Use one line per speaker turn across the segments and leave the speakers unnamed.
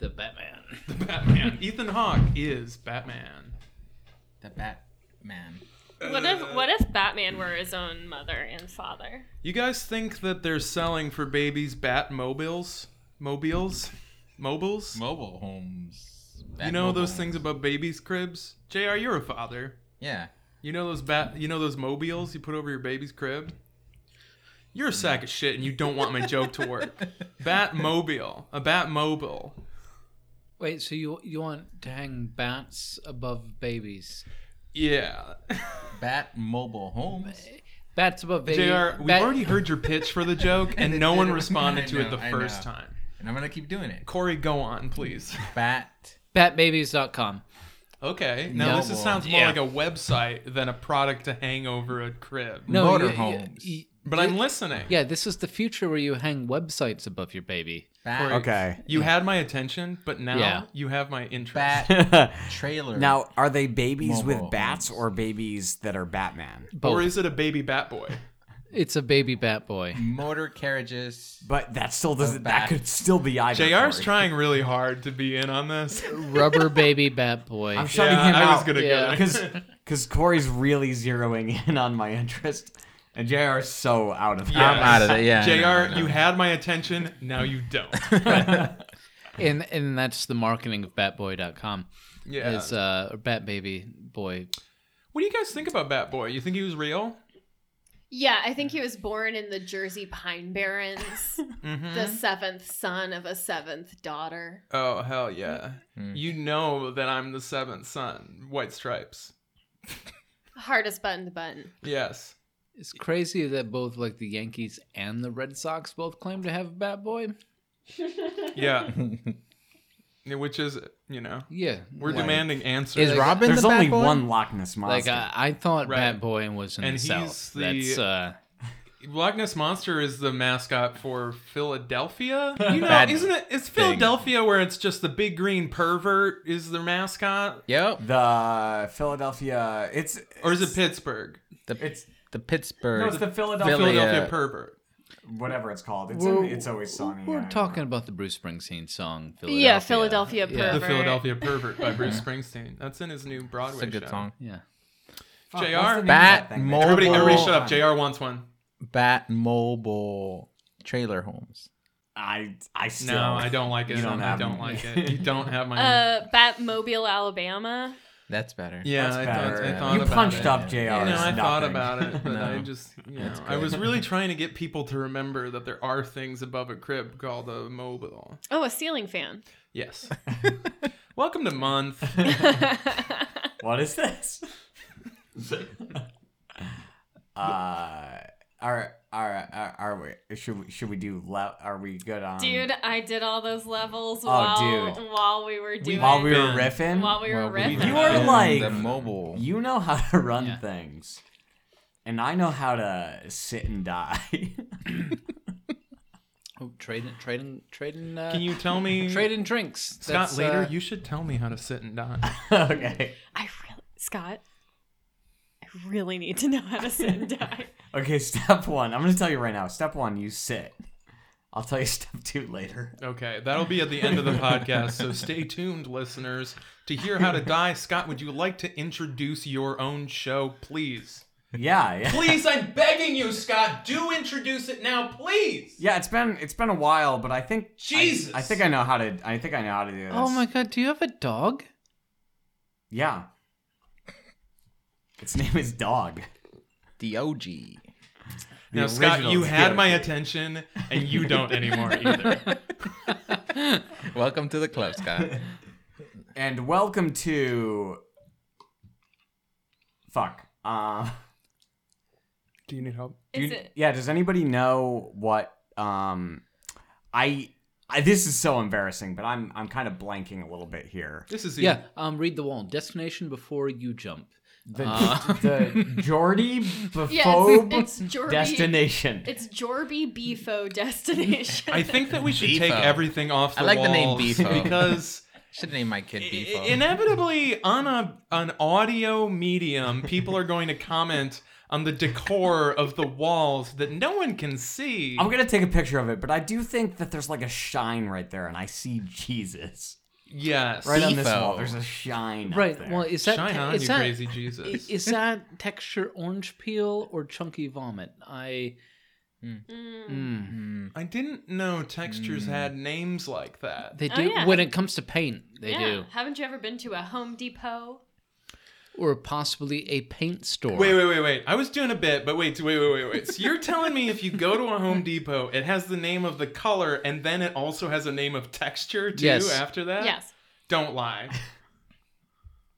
the Batman.
The Batman. Ethan Hawke is Batman.
The Batman.
What if what if Batman were his own mother and father?
You guys think that they're selling for babies Batmobiles? Mobiles? Mobiles?
Mobile homes.
you
Bat
know
mobile
those
homes.
things about babies' cribs? JR, you're a father.
Yeah.
You know those bat you know those mobiles you put over your baby's crib? You're a sack of shit and you don't want my joke to work. Batmobile. A Batmobile.
Wait, so you you want to hang bats above babies?
Yeah.
Bat mobile homes.
Bats above babies.
JR, we've already heard your pitch for the joke
And
and
it
no one
didn't-
responded
I
to it
know,
the
I
first
know.
time.
And I'm gonna keep doing it.
Corey, go on, please.
Bat.
batbabies.com.
Okay. Now this
Mobile.
is- sounds more
Yeah.
like a website than a product to hang over a crib.
No,
Motor
you- you-
homes.
you-
But I'm listening.
yeah, this is the future where you hang websites above your baby.
Bat.
Okay.
You had my attention, but now
Yeah.
you have my interest.
Bat trailer.
now, are they babies
Mobile
with bats
homes.
or babies that are Batman?
Or
Both.
is it a baby bat boy?
it's a baby bat boy.
motor carriages.
But that still doesn't.
bat.
That could still be either.
JR's
Corey.
trying really hard to be in on this.
Rubber baby bat boy.
I'm shutting
yeah,
him
I
out.
was gonna
Yeah.
go.
because because Corey's really zeroing in on my interest, and JR is so out of
Yeah.
I'm out of it. Yeah. I
JR,
know, I know.
you had my attention. Now you don't.
and and that's the marketing of batboy.com.
Yeah.
Is uh or bat baby boy.
what do you guys think about Bat Boy? You think he was real?
Yeah, I think he was born in the Jersey Pine Barrens,
Mm-hmm.
the seventh son of a seventh daughter.
oh hell yeah!
Hmm.
You know that I'm the seventh son, White Stripes.
Hardest button to button.
Yes.
It's crazy that both like the Yankees and the Red Sox both claim to have a bat boy.
Yeah. Yeah, Which is you know
Yeah.
we're
like,
demanding answers.
Is
Is
Rob-
Robin
There's
the
only
Bat Boy?
one Loch Ness
like uh,
monster.
I, I thought
Right.
Bat Boy was in
And
the
he's
South.
the-
That's uh
Loch Ness monster is the mascot for Philadelphia. You know,
Bad
isn't it? It's
thing.
Philadelphia where it's just the big green pervert is their mascot,
Yep.
the Philadelphia. It's
or is it Pittsburgh?
The
It's
the Pittsburgh.
no, it's the Philadelphia.
Philly,
Philadelphia
uh,
pervert.
whatever it's called. It's
We're-
in, it's always sunny.
We're
yeah, I
talking
don't
about the Bruce Springsteen song. Philadelphia.
Yeah, Philadelphia
Yeah.
The
pervert.
Philadelphia pervert by Bruce Springsteen. That's in his new Broadway
It's a good
show.
song.
Yeah.
know. Fuck,
JR?
what's the name
Bat
of that thing?
Mobile.
Everybody, everybody,
Oh.
shut up. Jr. wants one.
Bat mobile trailer homes.
I I still
No, I don't like it.
You don't
I
have
don't
me.
like it. You don't have my.
Uh, Batmobile, Alabama.
That's better.
yeah,
That's
I thought,
better.
I
yeah.
thought
you
about
punched
it.
up JR.
You know,
It's
I thought
nothing.
about it, but I
No.
just, you know,
That's
I was
good.
really trying to get people to remember that there are things above a crib called a mobile.
Oh, a ceiling fan.
Yes. Welcome to month.
What is this? uh, are are are, are we? Should we should we do? Le- are we good on?
Dude, I did all those levels
Oh,
while
dude.
while we were doing
while we were
Ben.
riffing,
while we were
Well,
riffing.
You
are
in
like-
the mobile.
you know how to run
Yeah.
things, and I know how to sit and die.
Oh, trading, trading, trading. Uh,
Can you tell me,
trading drinks?
Scott?
That's,
Later,
uh,
you should tell me how to sit and die.
okay,
I really Scott. I really need to know how to sit and die.
okay. Step one. I'm gonna tell you right now. Step one, you sit. I'll tell you step two later.
Okay, that'll be at the end of the podcast. So stay tuned, listeners, to hear how to die. Scott, would you like to introduce your own show, please?
Yeah, yeah.
Please, I'm begging you, Scott. Do introduce it now, please.
Yeah, it's been it's been a while, but I think I-
Jesus.
I, think I know how to. I think I know how to do this.
Oh my God! Do you have a dog?
Yeah. Its name is Dog.
The OG.
Now,
The
Scott,
original
you had
Dog.
my attention, and you don't anymore either.
Welcome to the club, Scott.
And welcome to. Fuck. Uh,
Do you need help?
do
Is
you-
it
Yeah. Does anybody know what? Um, I, I. This is so embarrassing, but I'm I'm kind of blanking a little bit here.
This is
Yeah. Um. Read the wall. Destination before you jump.
The
Uh.
the Geordie
Yeah,
Bephobe
it's, it's Jorby.
destination.
It's Jorby Beefo destination.
I think that we should
Beefo.
take everything off the
I like the name
walls
Beefo.
because
Should name my kid
i-
Beefo.
inevitably on a an audio medium, people are going to comment on the decor of the walls that no one can see.
I'm gonna take a picture of it, but I do think that there's like a shine right there, and I see Jesus
Yes.
right on this
Defo.
wall. There's a shine. up
Right.
there.
Well, is that
Shine
te-
on,
is
you
that-
crazy
i-
Jesus.
Is that texture orange peel or chunky vomit? I Mm.
Mm.
I didn't know textures
Mm.
had names like that.
they
Oh,
do
yeah.
when it comes to paint. They
yeah.
do,
Haven't you ever been to a Home Depot?
or possibly a paint store.
Wait, wait, wait, wait. I was doing a bit, but wait, wait, wait, wait, wait. So you're telling me if you go to a Home Depot, it has the name of the color and then it also has a name of texture too
Yes.
after that?
Yes.
Don't lie.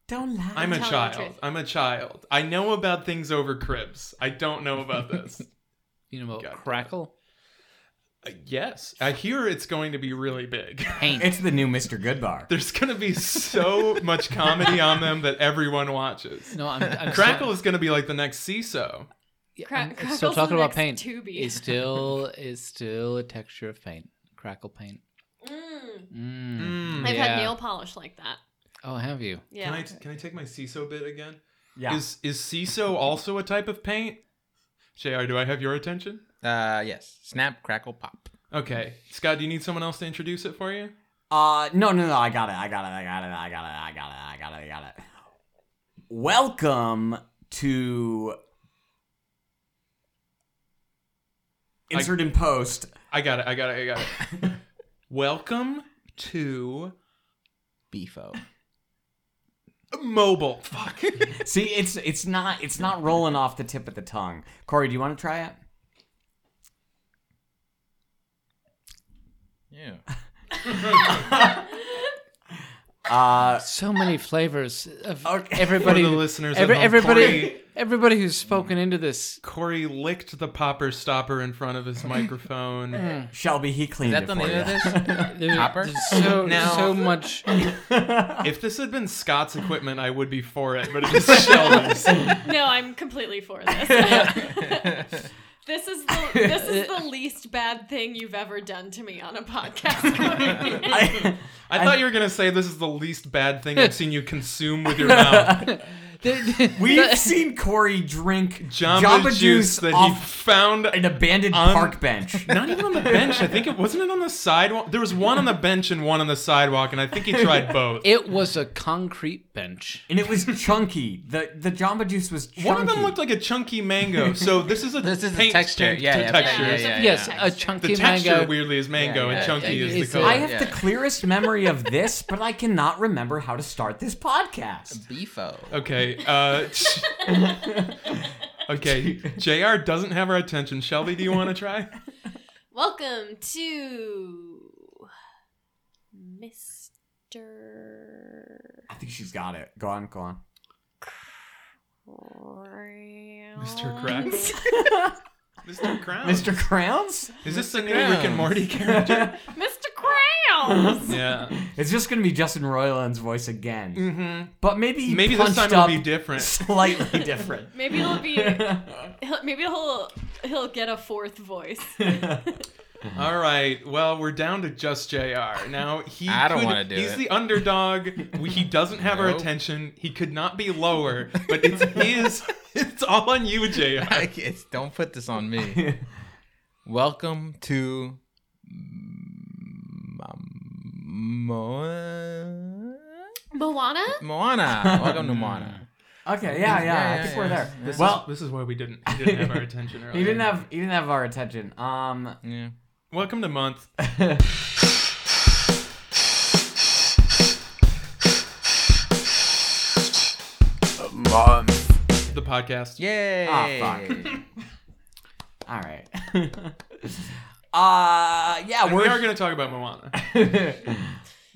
don't lie.
I'm a
telling the
child.
truth.
I'm a child. I know about things over cribs. I don't know about this.
You know about
God.
crackle
Uh, yes. I hear it's going to be really big.
paint.
It's the new Mr. Goodbar.
There's going to be so much comedy on them that everyone watches.
no, I'm, I'm
Crackle is going to be like the next CISO.
Still,
Cra-
I'm
crackle's
still talking
the
about paint.
next Tubi.
It's still is still a texture of paint. Crackle paint.
Mm.
Mm.
Mm.
I've
Yeah.
had nail polish like that.
Oh, have you?
Yeah.
Can I can I take my CISO bit again?
Yeah.
Is is CISO also a type of paint? JR, do I have your attention?
Uh, yes. Snap, crackle, pop.
Okay. Scott, do you need someone else to introduce it for you?
Uh, no, no, no. I got it. I got it. I got it. I got it. I got it. I got it. I got it. Welcome to
I-
insert in post.
I got it. I got it. I got it. Welcome to
Beefo.
mobile. Fuck.
See, it's it's not it's not rolling off the tip of the tongue. Corey, do you want to try it?
Yeah.
Uh,
So many flavors. Of
Okay.
Everybody,
For the listeners at
every-
home,
everybody,
Corey-
everybody who's spoken into this.
Corey licked the popper stopper in front of his microphone.
Shelby, he cleaned
Is that
it
the
for
name
you.
of this?
There-
Copper?
there's So
Now-
so much.
if this had been Scott's equipment, I would be for it, but it is Sheldon's.
No, I'm completely for this. this is the this is the least bad thing you've ever done to me on a podcast. Corey.
I,
I thought you were gonna say this is the least bad thing I've seen you consume with your mouth.
we've seen Corey drink
Jamba, juice, that he
off
found
an abandoned
on-
park bench.
Not even on the bench. I think it wasn't it on the sidewalk. There was one on the bench and one on the sidewalk, and I think he tried both.
It was a concrete bench.
and it was chunky. The the Jamba Juice was chunky.
One of them looked like a chunky mango. So this is a
This is a
paint
texture.
paint
Yeah, yeah,
texture.
yeah, yeah,
yes,
yeah.
a
The
chunky
texture
mango.
weirdly is mango,
Yeah,
and
yeah,
chunky
yeah,
is
it's-
the color.
I have the
Yeah.
clearest memory of this, but I cannot remember how to start this podcast.
Beefo.
okay. Uh, okay. Jr. doesn't have our attention. Shelby, do you want to try?
Welcome to Mr.
I think she's got it. Go on, go on.
Mr.
Krabs? Mr. Crown.
Mr. Crowns?
Is this the new Rick and
Crowns.
Morty character?
Mr. Krabs.
yeah.
It's just gonna be Justin Roiland's voice again.
Mm-hmm.
But maybe he
Maybe this
punched
time it'll
up
be different.
Slightly different.
Maybe it'll be. he'll- Maybe he'll he'll get a fourth voice.
All right. Well, we're down to just JR. Now he
I don't
could-
wanna do
He's
it.
the underdog. We, he doesn't have our
Nope.
attention. He could not be lower, but it's his. It's all on you, JR.
I guess- don't put this on me. Welcome to. Mo-
Moana.
Moana. Welcome to Moana.
Okay, yeah, yeah,
yeah,
I think
yeah,
we're
yeah.
there.
This is-
well,
this is why we didn't. He didn't have our attention earlier.
he didn't have he didn't have our attention. Um,
Yeah.
Welcome to month. The podcast.
Yay.
Ah, all right. uh, yeah,
And we
we're
are going to talk about Moana.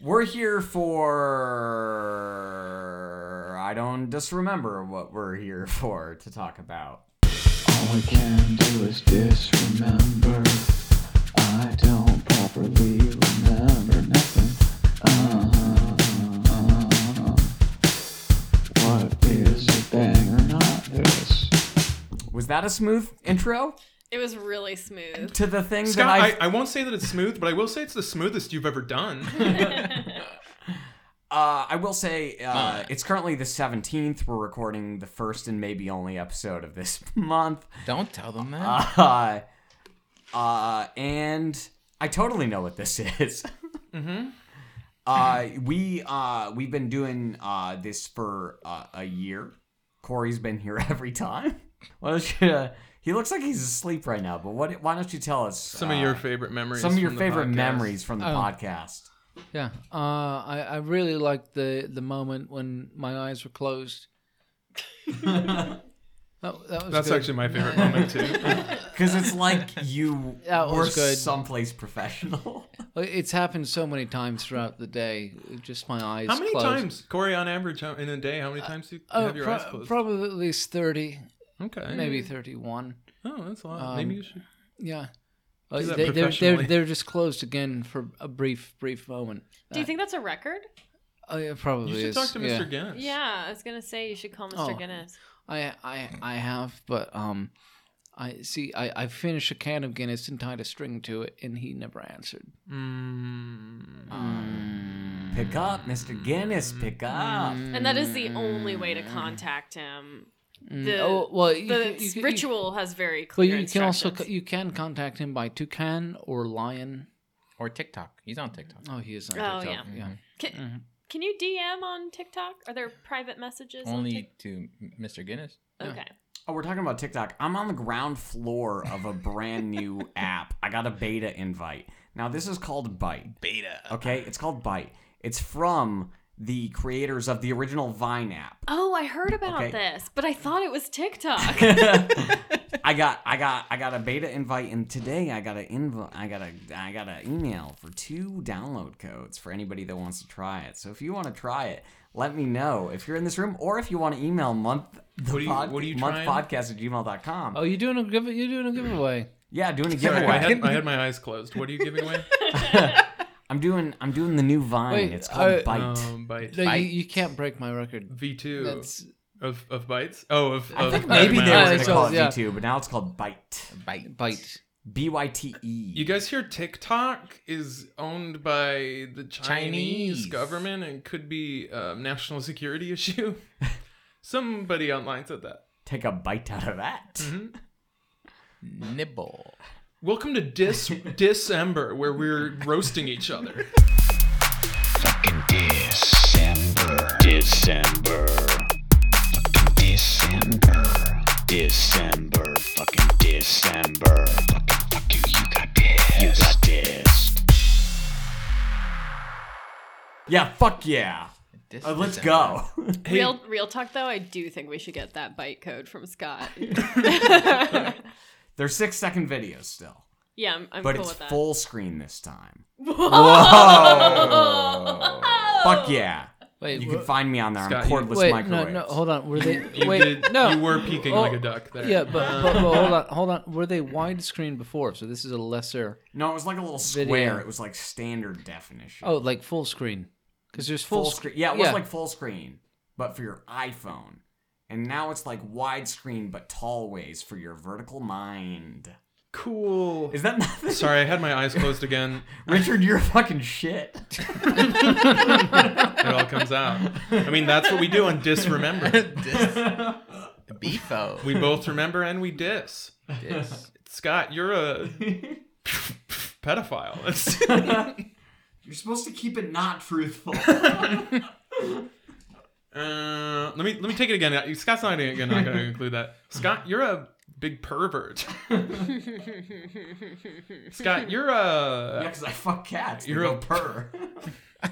we're here for I don't just remember what we're here for to talk about.
All I can do is disremember. I don't properly remember nothing. Um, what is a thing or not this?
Was that a smooth intro
It was really smooth.
to the thing
Scott,
that
I, I won't say that it's smooth, but I will say it's the smoothest you've ever done.
I Uh, I will say uh,
Month.
it's currently the 17th. We're recording the first and maybe only episode of this month.
Don't tell them that.
Uh, uh, and I totally know what this is.
Mm-hmm.
Uh, we uh, we've been doing uh, this for uh, a year. Corey's been here every time. Why don't you? Uh, he looks like he's asleep right now. But what? Why don't you tell us
Some of
uh,
your favorite memories.
some of your
from the
favorite
podcast.
memories from the
Oh.
podcast?
Yeah, uh, I I really liked the the moment when my eyes were closed. that, that was
That's
good.
actually my favorite moment too.
Because it's like you
That
were
was good.
someplace professional.
Like, It's happened so many times throughout the day. Just my eyes.
how many
closed.
times, Corey, on average, how- in a day, how many
Uh,
times do you
Oh,
have your eyes
pro-
closed?
probably at least thirty,
okay,
maybe thirty-one.
Oh, that's a lot.
Um,
maybe you should.
Yeah. Uh,
that
they, they're, they're,
professionally.
they're just closed again for a brief, brief moment.
Do you think that's a record?
Uh, it probably
You should
is.
talk to
yeah.
Mr. Guinness.
Yeah, I was gonna say you should call Mr.
Oh.
Guinness.
I, I, I have, but um, I see. I, I finished a can of Guinness and tied a string to it, and he never answered. Um,
Mm,
Pick up, Mr. Guinness, pick up.
Mm-hmm.
And that is the only way to contact him. The,
oh well, you
the
can- you can- you-
ritual has very
But
clear
you can also co-
instructions.
you can contact him by toucan or lion.
or TikTok. He's on TikTok.
Oh, he is on
Oh,
TikTok.
yeah.
yeah.
Can, can you DM on TikTok? Are there private messages? on
Only to Mr. Guinness.
Tik- okay.
Oh, we're talking about TikTok. I'm on the ground floor of a brand new app. I got a beta invite. Now, this is called Bite.
Beta.
Okay? It's called Bite. It's from the creators of the original Vine app.
Oh, I heard about
Okay.
this, but I thought it was TikTok.
I got I got I got a beta invite and today I got an inv- I got a I got an email for two download codes for anybody that wants to try it. So if you want to try it, let me know if you're in this room or if you want to email month the
What are you-
pod-
what are you trying?
monthpodcast at gmail.com.
Oh, you're doing a give you're doing a giveaway.
Yeah, doing a
Sorry, I
giveaway.
had, I had my eyes closed. What are you giving away?
I'm doing I'm doing the new Vine.
Wait,
it's called
I-
Bite.
Um, bite.
No,
Bite.
you, you can't break my record.
V2
That's
of of bites. Oh, of,
I
of
think
Madam
maybe they
Yeah,
were
Mouse.
going to
it's
call
called-
it
yeah.
V2, but now it's called Bite.
Bite.
bite.
B Y T E.
You guys hear TikTok is owned by the Chinese,
Chinese.
government and could be a national security issue. Somebody online said that.
Take a bite out of that.
Mm-hmm.
Nibble.
Uh,
Welcome to Dis December, where we're roasting each other.
Fucking December. December. Fucking December. December. Fucking December. Fucking fuck you. You got pissed. You got pissed.
Yeah, fuck yeah.
This
Uh, let's
is a-
go.
Real real talk though, I do think we should get that byte code from Scott.
They're six second videos still,
yeah, I'm, I'm
but
cool
it's
with that.
full screen this time.
Whoa! Oh!
Fuck yeah.
Wait,
You
wha-
can find me on there.
Scott,
I'm
you-
cordless
wait,
microwave.
no, no, hold on. Were they?
You
wait,
did,
no,
you were peeking
Oh,
like a duck there.
Yeah, but, but, but hold on, hold on. Were they widescreen before? So this is a lesser.
No, it was like a little square.
Video.
It was like standard definition.
Oh, like full screen, because there's full,
full
sc-
screen. Yeah, it was like full screen, but for your iPhone. And now it's like widescreen, but tall ways for your vertical mind.
cool.
Is that nothing?
Sorry, I had my eyes closed again.
Richard, you're fucking shit.
It all comes out. I mean, that's what we do on Disremember.
Beefo.
We both remember and we dis.
Dis.
Scott, you're a pedophile. That's-
You're supposed to keep it not truthful.
Uh, let me let me take it again. Scott's not gonna, gonna- not gonna include that. Scott, you're a big pervert. Scott, you're
yeah,
a.
because I fuck cats.
You're
You're
a-
a purr.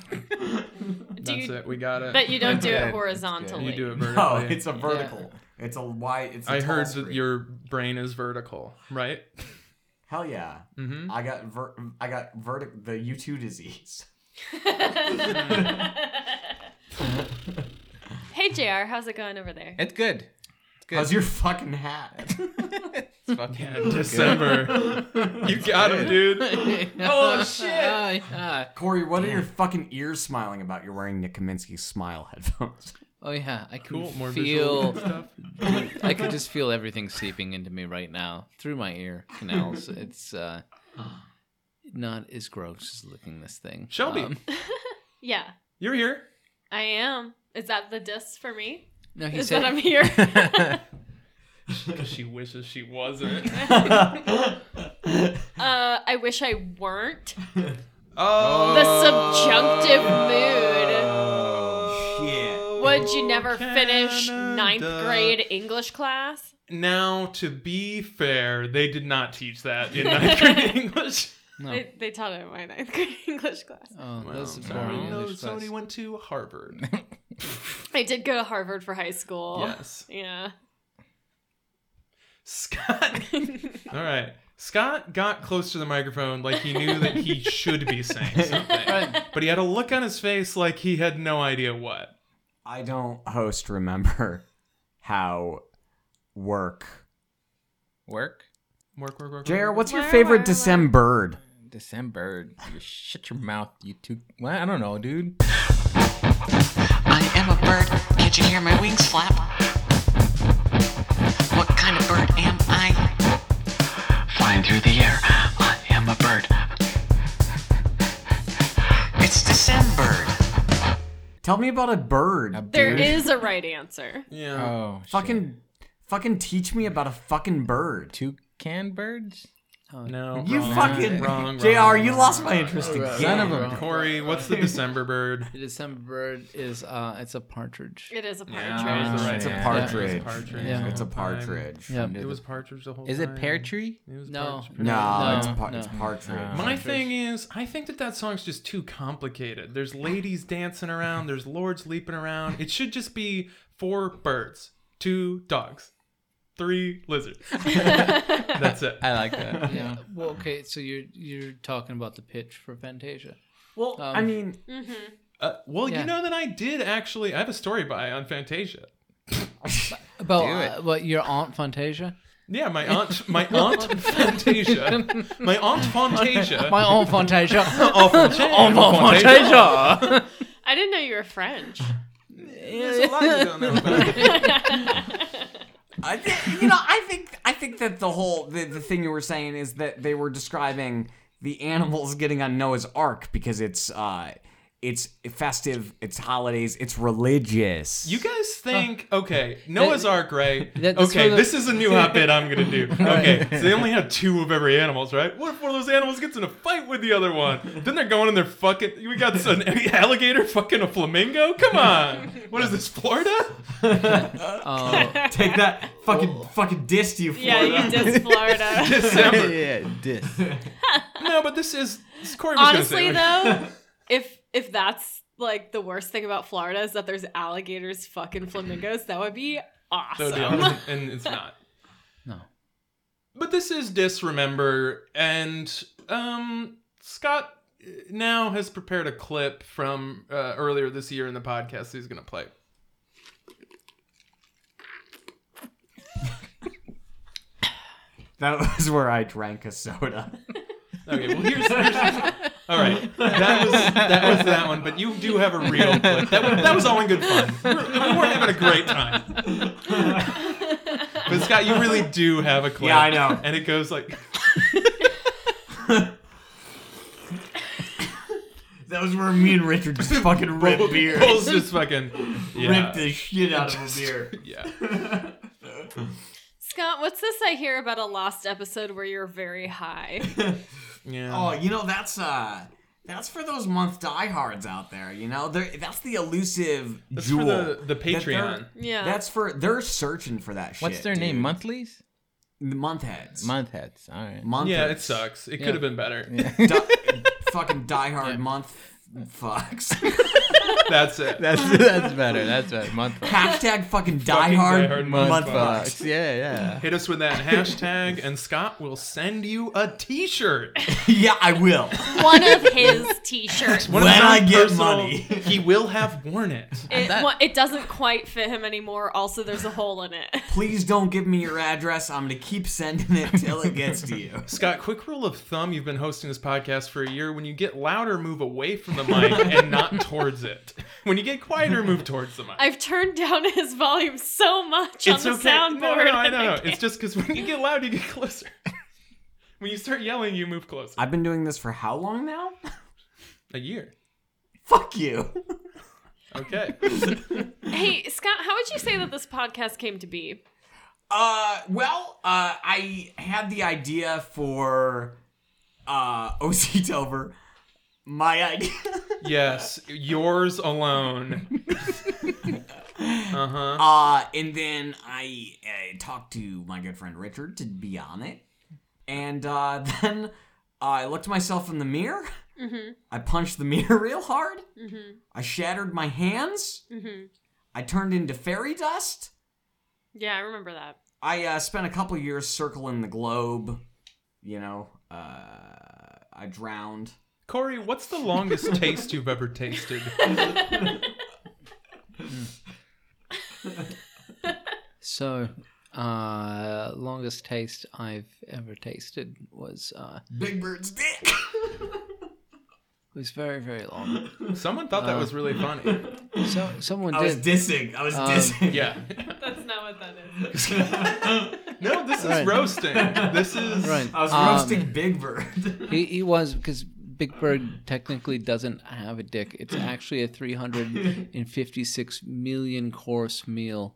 Do
That's
you,
it. We got it.
But you don't do
That's
it
good.
horizontally.
You do it
No,
vertically.
it's a vertical. It's a wide. It's a
I
tall
heard that
screen.
your brain is vertical, right?
Hell yeah!
Mm-hmm.
I got ver- I got vertic the U two disease.
Hey Jr, how's it going over there?
It's good. It's good.
How's your fucking hat?
It's fucking
December. you got him, dude.
oh shit! yeah.
Corey, what are your fucking ears smiling about? You're wearing Nick Kaminsky's smile headphones.
Oh yeah, I can
Cool. More visual
feel.
stuff.
I can just feel everything seeping into me right now through my ear canals. It's uh, not as gross as licking this thing.
Shelby.
Um,
Yeah.
You're here.
I am. Is that the diss for me?
No, he
Is
said
that I'm here?
Because she wishes she wasn't.
uh, I wish I weren't.
Oh.
The subjunctive
Uh,
mood.
Shit.
Would you never finish ninth
Canada.
grade English class?
Now, to be fair, they did not teach that in ninth grade English.
no.
They, they taught it in my ninth grade English class.
Oh, that's
Well,
boring
no,
English
somebody
class.
went to Harvard.
I did go to Harvard for high school.
Yes.
Yeah.
Scott. All right. Scott got close to the microphone like he knew that he should be saying something.
Right.
But he had a look on his face like he had no idea what.
I don't host remember how work.
Work
Work, work, work.
JR,
work,
what's your
Where, where,
favorite
where?
December?
December. You shut your mouth, you two. Well, I don't know, dude.
I am a bird. Did you hear my wings flap? What kind of bird am I? Flying through the air. I am a bird. It's December.
Tell me about a bird.
A
There
bird.
is a right answer.
Yeah.
Oh, shit.
fucking, fucking teach me about a fucking bird.
toucan birds.
no.
Uh, You
wrong,
fucking
wrong, wrong,
JR, you
wrong.
lost my interest again.
Son of a-
Corey, what's the December bird?
The December bird is uh, it's a partridge.
It is a
That
partridge.
was the right
It's a
answer.
partridge.
It was partridge.
Yeah.
the
It's a
whole time.
partridge.
Yeah.
It was partridge the whole
Is
time.
it pear tree?
It was
No.
partridge.
No,
No,
it's, par-
no.
it's partridge.
My thing is, I think that that song's just too complicated. There's ladies dancing around, there's lords leaping around. It should just be four birds, two dogs, three lizards. That's it.
I like that.
Yeah. Well, okay. So you're you're talking about the pitch for Fantasia.
well, I
um,
mean,
Mm-hmm.
Uh, well,
Yeah.
you know that I did actually. I have a story by on Fantasia.
About
Do
uh, what your aunt Fantasia?
Yeah, my aunt, my aunt Fantasia, my aunt Fantasia.
My aunt Fantasia.
aunt Fantasia.
Fantasia.
I didn't know you were French.
There's a lot you don't know about.
I thi- you know, I think I think that the whole the, the thing you were saying is that they were describing the animals getting on Noah's Ark because it's uh it's festive, it's holidays, it's religious.
You guys think okay, Noah's Ark, right?
that- that's
okay,
for the-
this is a new hot bit I'm gonna do. Okay, so they only have two of every animals, right? What if one of those animals gets in a fight with the other one? Then they're going and they're fucking. We got an alligator fucking a flamingo. Come on, what is this, Florida?
Uh,
take that fucking fucking dissed you for
Yeah, you diss Florida.
December.
yeah, dis.
No, but this is this- Corey was
Honestly,
gonna say, like,
though, if if that's like the worst thing about Florida is that there's alligators fucking flamingos, that would be awesome.
So do I, and it's not.
no.
But this is Disremember, and um, Scott uh, now has prepared a clip from uh, earlier this year in the podcast that he's going to play.
That was where I drank a soda.
Okay, well, here's. here's all right, that was that was that one, but you do have a real clip. That was, that was all in good fun. We were- we weren't having a great time. But Scott, you really do have a clip.
Yeah, I know.
And it goes like.
That was where me and Richard just fucking ripped beer.
Bulls just fucking. Yeah.
Ripped the shit out of a beer.
Yeah.
Scott, what's this I hear about a lost episode where you're very high?
Yeah.
Oh, you know that's uh that's for those month diehards out there. You know, They're, that's the elusive
That's
jewel.
for the, the
that they're-
Patreon.
Yeah.
That's for they're searching for that shit.
What's their
dude.
name? Monthlies?
The month heads.
Month heads. All right.
month.
Yeah, it
heads.
sucks. It could have been better.
Di- fucking diehard month fucks.
That's it.
That's that's better. That's better. Month fucks.
Hashtag fucking diehard
diehard
month,
month
fucks.
fucks. Yeah, yeah.
Hit us with that hashtag, and Scott will send you a T-shirt.
yeah, I will.
one of his t-shirts.
One of
When
his
I
own
get
personal-
money.
he will have worn it.
It,
that-
wa- it doesn't quite fit him anymore. Also, there's a hole in it.
Please don't give me your address. I'm gonna keep sending it till it gets to you.
Scott, quick rule of thumb: you've been hosting this podcast for a year. When you get louder, move away from the mic and not towards it. When you get quieter, move towards the mic.
I've turned down his volume so much
it's
on the
okay.
soundboard.
No, no, no, I
and
know.
can't-
It's just because when you get loud, you get closer. when you start yelling, you move closer.
I've been doing this for how long now?
A year.
Fuck you.
Okay.
Hey, Scott, how would you say that this podcast came to be?
Uh, well, uh, I had the idea for uh, OC Telver. My idea.
yes, yours alone. uh huh.
Uh, and then I uh, talked to my good friend Richard to be on it. And uh, then I looked myself in the mirror.
Mm-hmm.
I punched the mirror real hard.
Mm-hmm.
I shattered my hands.
Mm-hmm.
I turned into fairy dust.
Yeah, I remember that.
I uh, spent a couple years circling the globe. You know, uh, I drowned.
Corey, what's the longest taste you've ever tasted?
So, uh, longest taste I've ever tasted was uh,
Big Bird's dick.
was very very long.
Someone thought that was really funny.
So someone
I was
did.
dissing. I was
Um,
dissing.
Yeah.
That's not what that is.
No, this is
Right.
roasting. This is.
Right.
I was
um,
roasting Big Bird.
He, he was because Big Bird technically doesn't have a dick. It's actually a 356 million course meal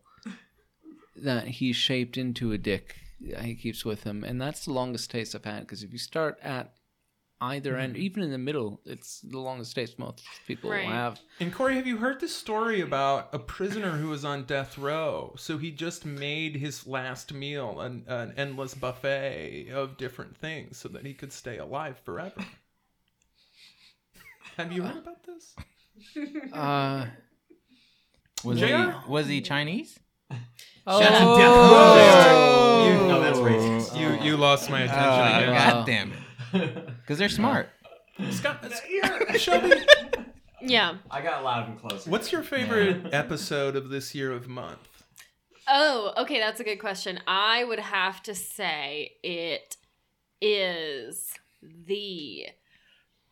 that he shaped into a dick. that He keeps with him, and that's the longest taste I've had. Because if you start at either end, even in the middle, it's the longest taste most people
Right.
will have.
And Corey, have you heard this story about a prisoner who was on death row? So he just made his last meal an, an endless buffet of different things so that he could stay alive forever. have you heard about this?
Uh,
Was
Yeah.
he was he Chinese?
oh,
Shut up,
Oh.
You, no, that's racist.
You you lost my attention
Uh,
again.
yeah.
God damn it! Because they're smart.
Scott, Shelby,
Yeah.
I got loud and close.
what's your favorite episode of this year of month?
Oh, okay, that's a good question. I would have to say it is the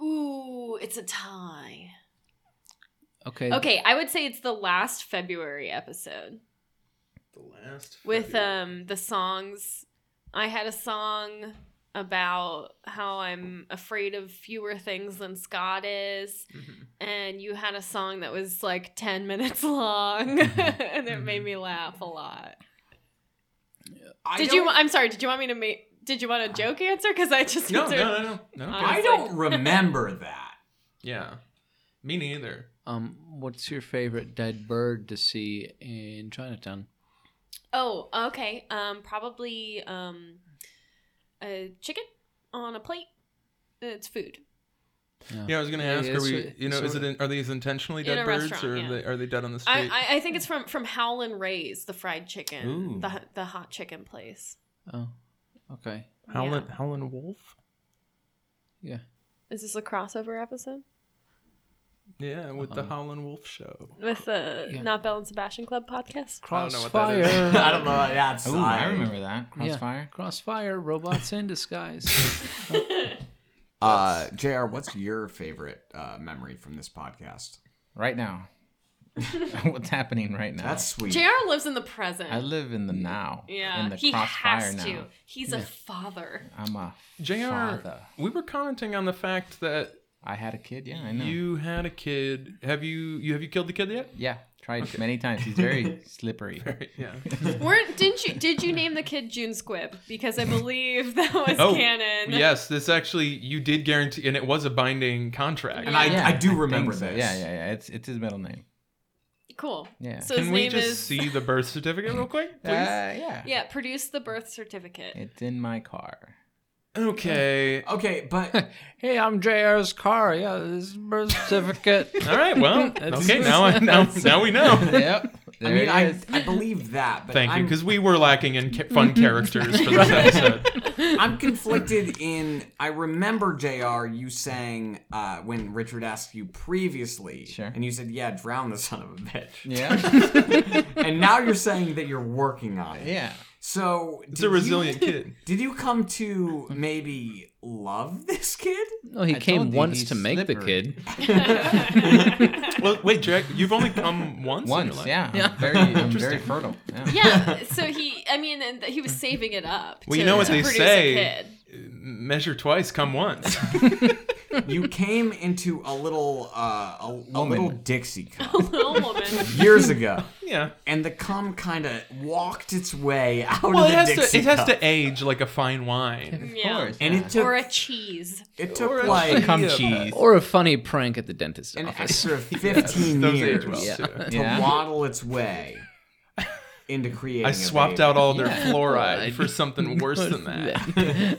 Ooh, it's a tie.
okay.
Okay, I would say it's the last February episode
The last
with
February.
um the songs. I had a song about how I'm afraid of fewer things than Scott is,
Mhm.
and you had a song that was like 10 minutes long,
Mm-hmm.
and it made me laugh a lot.
I
did
don't-
you? I'm sorry. Did you want me to make? Did you want a joke answer? Because I just
no,
answered.
no, no, no, no.
Uh,
I don't remember that.
Yeah, me neither.
Um, what's your favorite dead bird to see in Chinatown?
Oh, okay. Um, probably um, a chicken on a plate. It's food.
Yeah, I was gonna
Yeah,
ask,
yeah,
are
it's
we,
sort-
you know, is it
sort
in, are these intentionally
In
dead
a
birds
restaurant,
or
yeah.
are, they, are they dead on the street?
I, I, I think it's from from Howlin' Ray's, the fried chicken,
Ooh.
the the hot chicken place.
Oh, okay.
Howlin' Howlin' Wolf.
Yeah.
Is this a crossover episode
Yeah, with the
Uh-huh.
Howlin' Wolf show.
with the
Yeah.
Not Bell and Sebastian Club podcast?
I don't know what that
Crossfire.
is.
I don't know. That's.
Ooh, I remember that. Crossfire.
Crossfire, robots in disguise.
Uh, Jr. What's your favorite uh, memory from this podcast?
Right now. What's happening right now?
That's sweet.
Jr. lives in the present.
I live in the now.
yeah,
In the
he
crossfire
has
now.
to. He's a father.
I'm a
Jr.
father.
We were commenting on the fact that
I had a kid. Yeah, I know.
you had a kid. Have you you have you killed the kid yet?
Yeah, tried many times. He's very slippery.
Yeah.
Weren't didn't you did you name the kid June Squibb? Because I believe that was
Oh,
canon.
yes, this actually you did guarantee, and it was a binding contract.
and I,
Yeah,
I do
think
remember
so.
this.
Yeah, yeah, yeah. It's it's his middle name.
Cool.
Yeah.
So his
Can we
name
just
is
see the birth certificate real quick,
Uh,
please?
yeah.
Yeah, produce the birth certificate.
It's in my car.
okay.
Okay, but
hey, I'm JR's car. Yeah, this is birth certificate.
All right. Well.
That's-
okay. Now I now, now we know.
yep. There
I mean,
it
I,
is.
I believe that. But
Thank you,
I'm,
because we were lacking in ca- fun characters for this episode.
I'm conflicted in. I remember Jr. You saying uh, when Richard asked you previously,
Sure.
and you said, "Yeah, drown the son of a bitch,"
Yeah.
and now you're saying that you're working on it.
Yeah.
So
It's a resilient kid.
Did you come to maybe love this kid?
No, he
I told
came
you
once
he's
to make the
slippery.
kid.
Well, wait, Jack, you've only come once. in your
Once.
life?
Yeah. I'm very I'm very fertile. Yeah.
Yeah. So he, I mean, and he was saving it up.
Well,
to,
you know what
to
they
produce
say.
A kid.
Measure twice, come once.
you came into a little uh, a, a
Woman.
little Dixie cup
Little woman.
years ago,
Yeah.
and the cum kind of walked its way out
Well,
of
it
the
has to
Dixie
it has
cup.
to age like a fine wine.
Of
Yeah.
course.
and
yeah.
it
Or
took
a cheese.
it took
or a-
like
Come
Yeah.
cheese.
Or a funny prank at the dentist's
an
office.
extra fifteen
Those age well
years
Yeah.
too.
to
Yeah.
waddle its way into creating.
I
a
swapped
baby.
out all their
Yeah.
fluoride
Fluoride.
for something worse than that.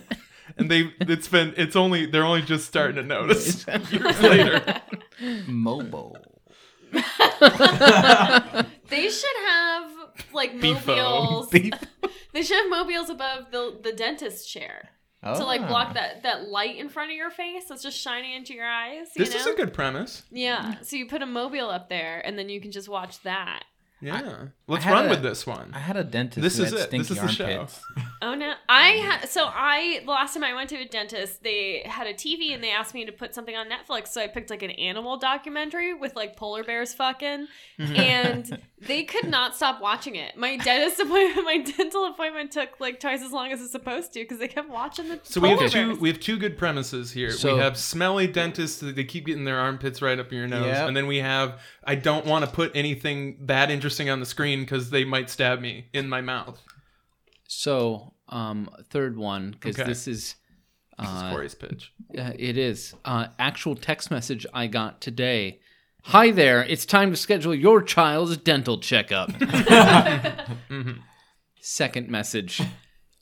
and they it's been it's only they're only just starting to notice years later.
Mobo.
They should have like
Beefo.
mobiles. they should have mobiles above the the dentist chair
Oh.
to like block that that light in front of your face that's just shining into your eyes. You
This
know?
is a good premise.
yeah. So you put a mobile up there, and then you can just watch that.
Yeah. Let's
had
run
a-
with this one.
I had a dentist
This
who
is
had
it. This
stinky
is the show.
armpits.
Oh no! I
Mm-hmm.
ha- so I the last time I went to a dentist, they had a TV and they asked me to put something on Netflix. So I picked like an animal documentary with like polar bears fucking,
Mm-hmm.
and they could not stop watching it. My dentist appointment, my dental appointment took like twice as long as it's supposed to because they kept watching the.
So we have
polar
two
bears.
we have two good premises here.
So-
we have smelly dentists that they keep getting their armpits right up your nose,
Yep.
and then we have I don't want to put anything that interesting on the screen because they might stab me in my mouth.
So, um, third one because
Okay.
this is.
This is
uh,
Corey's pitch.
Yeah, it is. Uh, actual text message I got today. Hi there. It's time to schedule your child's dental checkup. Mm-hmm. Second message.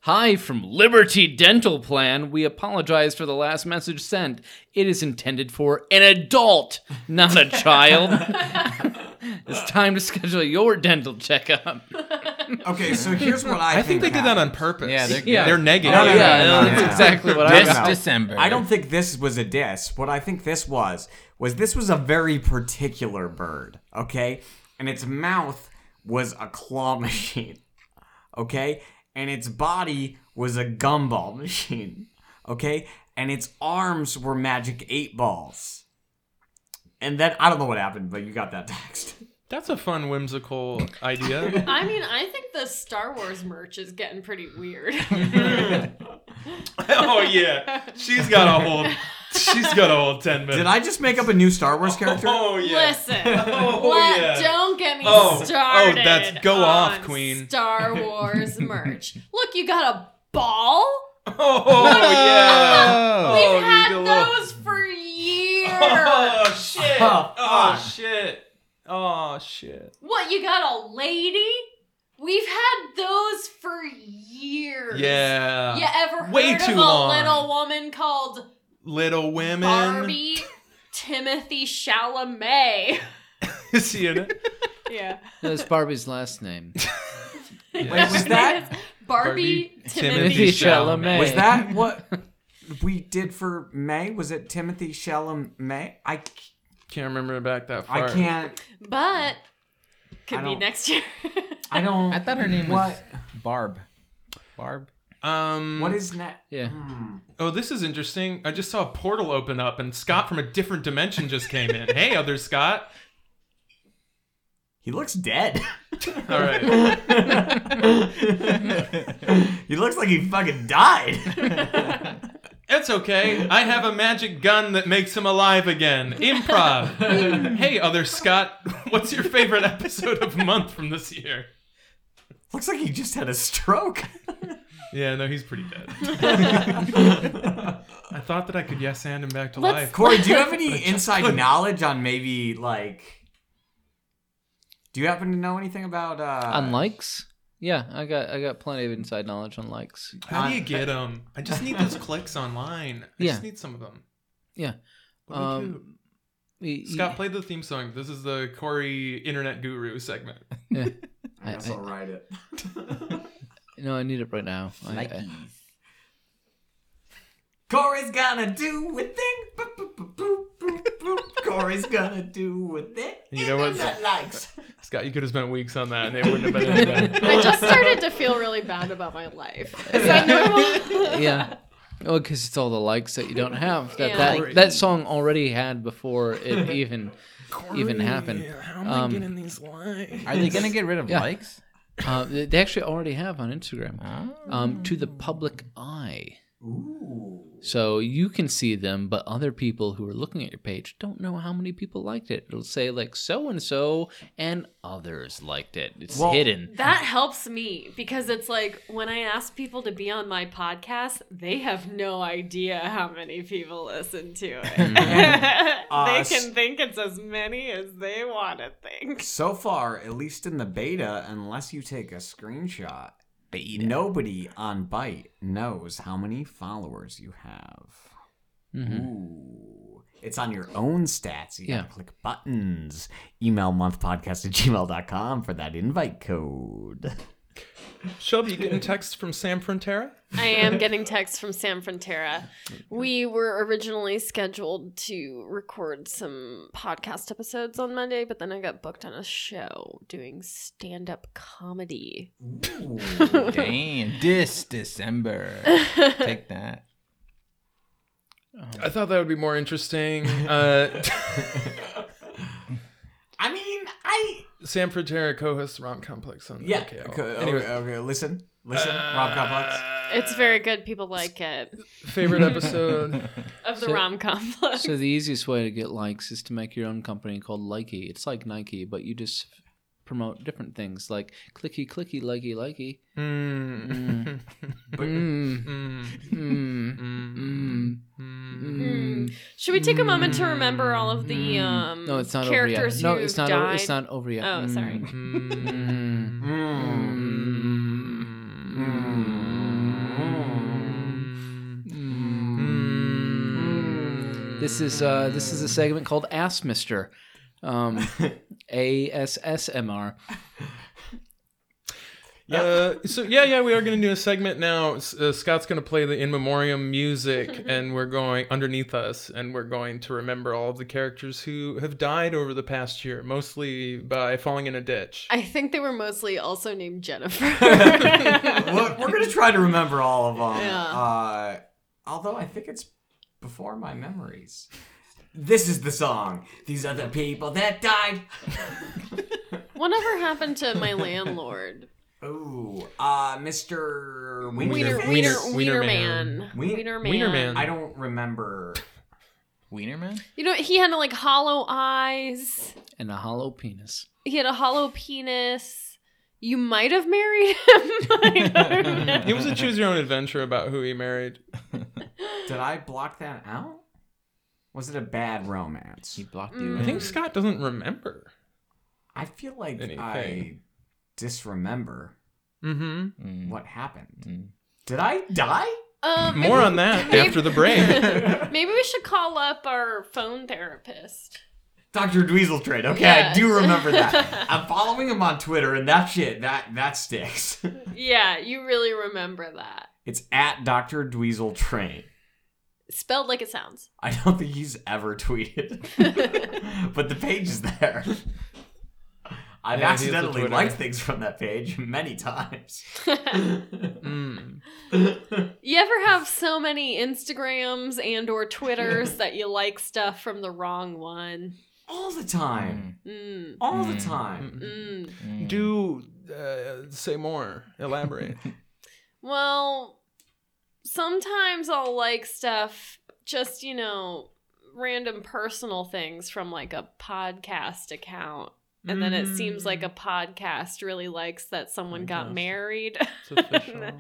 Hi from Liberty Dental Plan. We apologize for the last message sent. It is intended for an adult, not a child. it's time to schedule your dental checkup.
Okay, so here's what I,
I think they did that on purpose.
Yeah, they're-
Yeah. Oh,
they're negative.
Yeah,
no, no, no, no,
that's
no.
exactly what I
This
got.
no.
December.
I don't think this was a diss. What I think this was was this was a very particular bird, okay? And its mouth was a claw machine, okay? And its body was a gumball machine, okay? And its arms were magic eight balls. And then I don't know what happened, but you got that text.
That's a fun whimsical idea.
I mean, I think the Star Wars merch is getting pretty weird.
oh yeah, she's got a whole she's got a whole ten minutes.
Did I just make up a new Star Wars character?
Oh yeah.
Listen,
Oh,
let-
yeah.
don't get me
Oh, oh,
started.
that's- go
on
off, queen.
Star Wars merch. Look, you got a ball.
Oh yeah.
We've
Oh, you
had
got a little-
those for years.
Oh shit.
Oh,
Oh shit. Oh shit.
What you got a lady? We've had those for years.
Yeah.
You ever heard
Way
of
too
a
long.
little woman called
Little Women.
Barbie Timothy Chalamet?
Is he in it?
Yeah.
That's Barbie's last name.
Wait, was that
Barbie,
Barbie
Timothy?
Timothy
oh,
Chalamet.
was that what we did for May? Was it Timothy Chalamet? I
Can't remember back that far.
I can't.
But
I
could be
don't-
next year.
I don't.
I thought her name was
what?
Barb. Barb.
Um.
Hmm.
What is that?
Yeah.
Oh, this is interesting. I just saw a portal open up, and Scott from a different dimension just came in. hey, other Scott.
He looks dead.
All right.
he looks like he fucking died.
It's okay. I have a magic gun that makes him alive again. Improv. hey, other Scott. What's your favorite episode of month from this year?
looks like he just had a stroke.
Yeah, no, he's pretty dead. I thought that I could yes and him back to
Let's-
life.
Corey, do you have any inside knowledge on maybe like? Do you happen to know anything about? uh
on likes yeah i got i got plenty of inside knowledge on likes
How do you get them? I just need those clicks online. I
Yeah.
just need some of them.
Yeah.
What do we
Um,
do?
Y- y-
Scott, play the theme song. This is the Corey Internet Guru segment.
yeah.
I guess
I-
I'll write it.
no i need it right now I- I-
Corey's gonna do a thing. Boop, boop, boop, boop, boop, boop. Corey's gonna do a thing.
You know what?
Internet likes.
Scott, you could have spent weeks on that and it wouldn't have been anything.
I just started to feel really bad about my life. Is that normal?
yeah Oh, because it's all the likes that you don't have. That
Yeah.
that, that song already had before it even even happened.
How am
Um,
I getting these lines?
Are they gonna get rid of
Yeah.
likes?
Uh, they they actually already have on Instagram.
Ah.
Um, to the public eye.
Ooh.
So you can see them, but other people who are looking at your page don't know how many people liked it. It'll say like so and so and others liked it. It's
Well-
hidden.
That helps me because it's like when I ask people to be on my podcast, they have no idea how many people listen to it.
Uh,
they
s-
can think it's as many as they want to think.
So far, at least in the beta, unless you take a screenshot,
Beta.
nobody on Byte knows how many followers you have.
Mhm.
Ooh. It's on your own stats. You
Yeah.
gotta click buttons. Email monthpodcast at gmail.com for that invite code.
Shelby, you getting texts from Sam Frontera?
I am getting texts from Sam Frontera. We were originally scheduled to record some podcast episodes on Monday, but then I got booked on a show doing stand up comedy.
Damn, this December. Take that.
I thought that would be more interesting. Uh,
I mean, I
Sam Frontera co-hosts Rom Complex on
yeah.
OKL.
Okay, okay,
Anyways,
okay, listen, listen, Rob Complex.
Uh,
It's very good. People like it.
favorite episode.
Of the
So-
rom com.
So the easiest way to get likes is to make your own company called Likey. It's like Nike, but you just promote different things like clicky clicky likey likey.
Mm.
Mm, mm,
Mm. Mm.
mm,
Mm.
mm.
Hmm. Should we take a moment to remember all of the um,
No, it's not over yet.
characters
No,
who've
it's not.
died?
Over, it's not over yet.
Oh, sorry.
Mm.
Mm.
This is uh, this is a segment called Ask Mister, um, A S S M R.
Uh, so yeah, yeah, we are going to do a segment now. S- Uh, Scott's going to play the in memoriam music, and we're going underneath us, and we're going to remember all of the characters who have died over the past year, mostly by falling in a ditch.
I think they were mostly also named Jennifer.
Look, we're gonna try to remember all of them.
Yeah.
Uh, although I think it's before my memories. This is the song. These are the people that died.
Whatever happened to my landlord?
Oh, uh, Mr.
Wiener,
Wiener.
Wiener,
Wiener-
Wiener,
Wiener Man.
man.
Wien-
Wiener man.
Wiener Man.
I don't remember.
Wienerman?
You know, he had like hollow eyes.
and a hollow penis.
He had a hollow penis. You might have married him. I don't remember.
It was a choose your own adventure about who he married.
Did I block that out? Was it a bad romance?
He blocked
Mm.
you.
I think Scott doesn't remember.
I feel like I
Anything.
disremember
Mm-hmm.
Mm.
what happened.
Mm.
Did I die?
um,
More on that after the break.
Maybe we should call up our phone therapist.
Dr. Dweezil trade. Okay, I
Yes.
do remember that. I'm following him on Twitter, and that shit that that sticks.
Yeah, you really remember that.
It's at Dr. Dweezil train.
Spelled like it sounds.
I don't think he's ever tweeted, but the page is there. I've
Yeah, he is a
accidentally
Twitter.
liked things from that page many times.
Mm.
You ever have so many Instagrams and or Twitters that you like stuff from the wrong one?
All the time.
Mm.
Mm,
All the
Mm.
time.
mm.
Mm.
Do uh, say more. Elaborate.
Well, sometimes I'll like stuff just, you know, random personal things from like a podcast account. And then it seems like a podcast really likes that someone got
Mm. Podcast.
married.
It's official. yeah.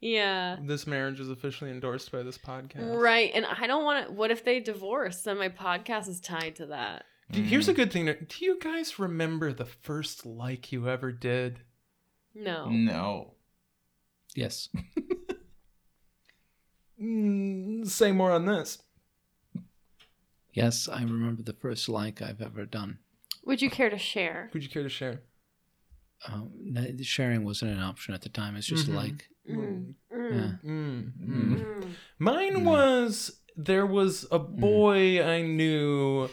yeah.
This marriage is officially endorsed by this podcast.
Right. And I don't want to. What if they divorce? Then my podcast is tied to that.
D- Here's a good thing. To, do you guys remember the first like you ever did?
No.
No.
Yes.
Mm, say more on this.
Yes, I remember the first like I've ever done.
Would you care to share?
Would you care to share?
Um, n- sharing wasn't an option at the time. It's just
Mm-hmm.
Mhm.
like
Mm,
yeah.
mm,
Mm.
Mm.
mm.
Mine
Mm.
was there was a boy I knew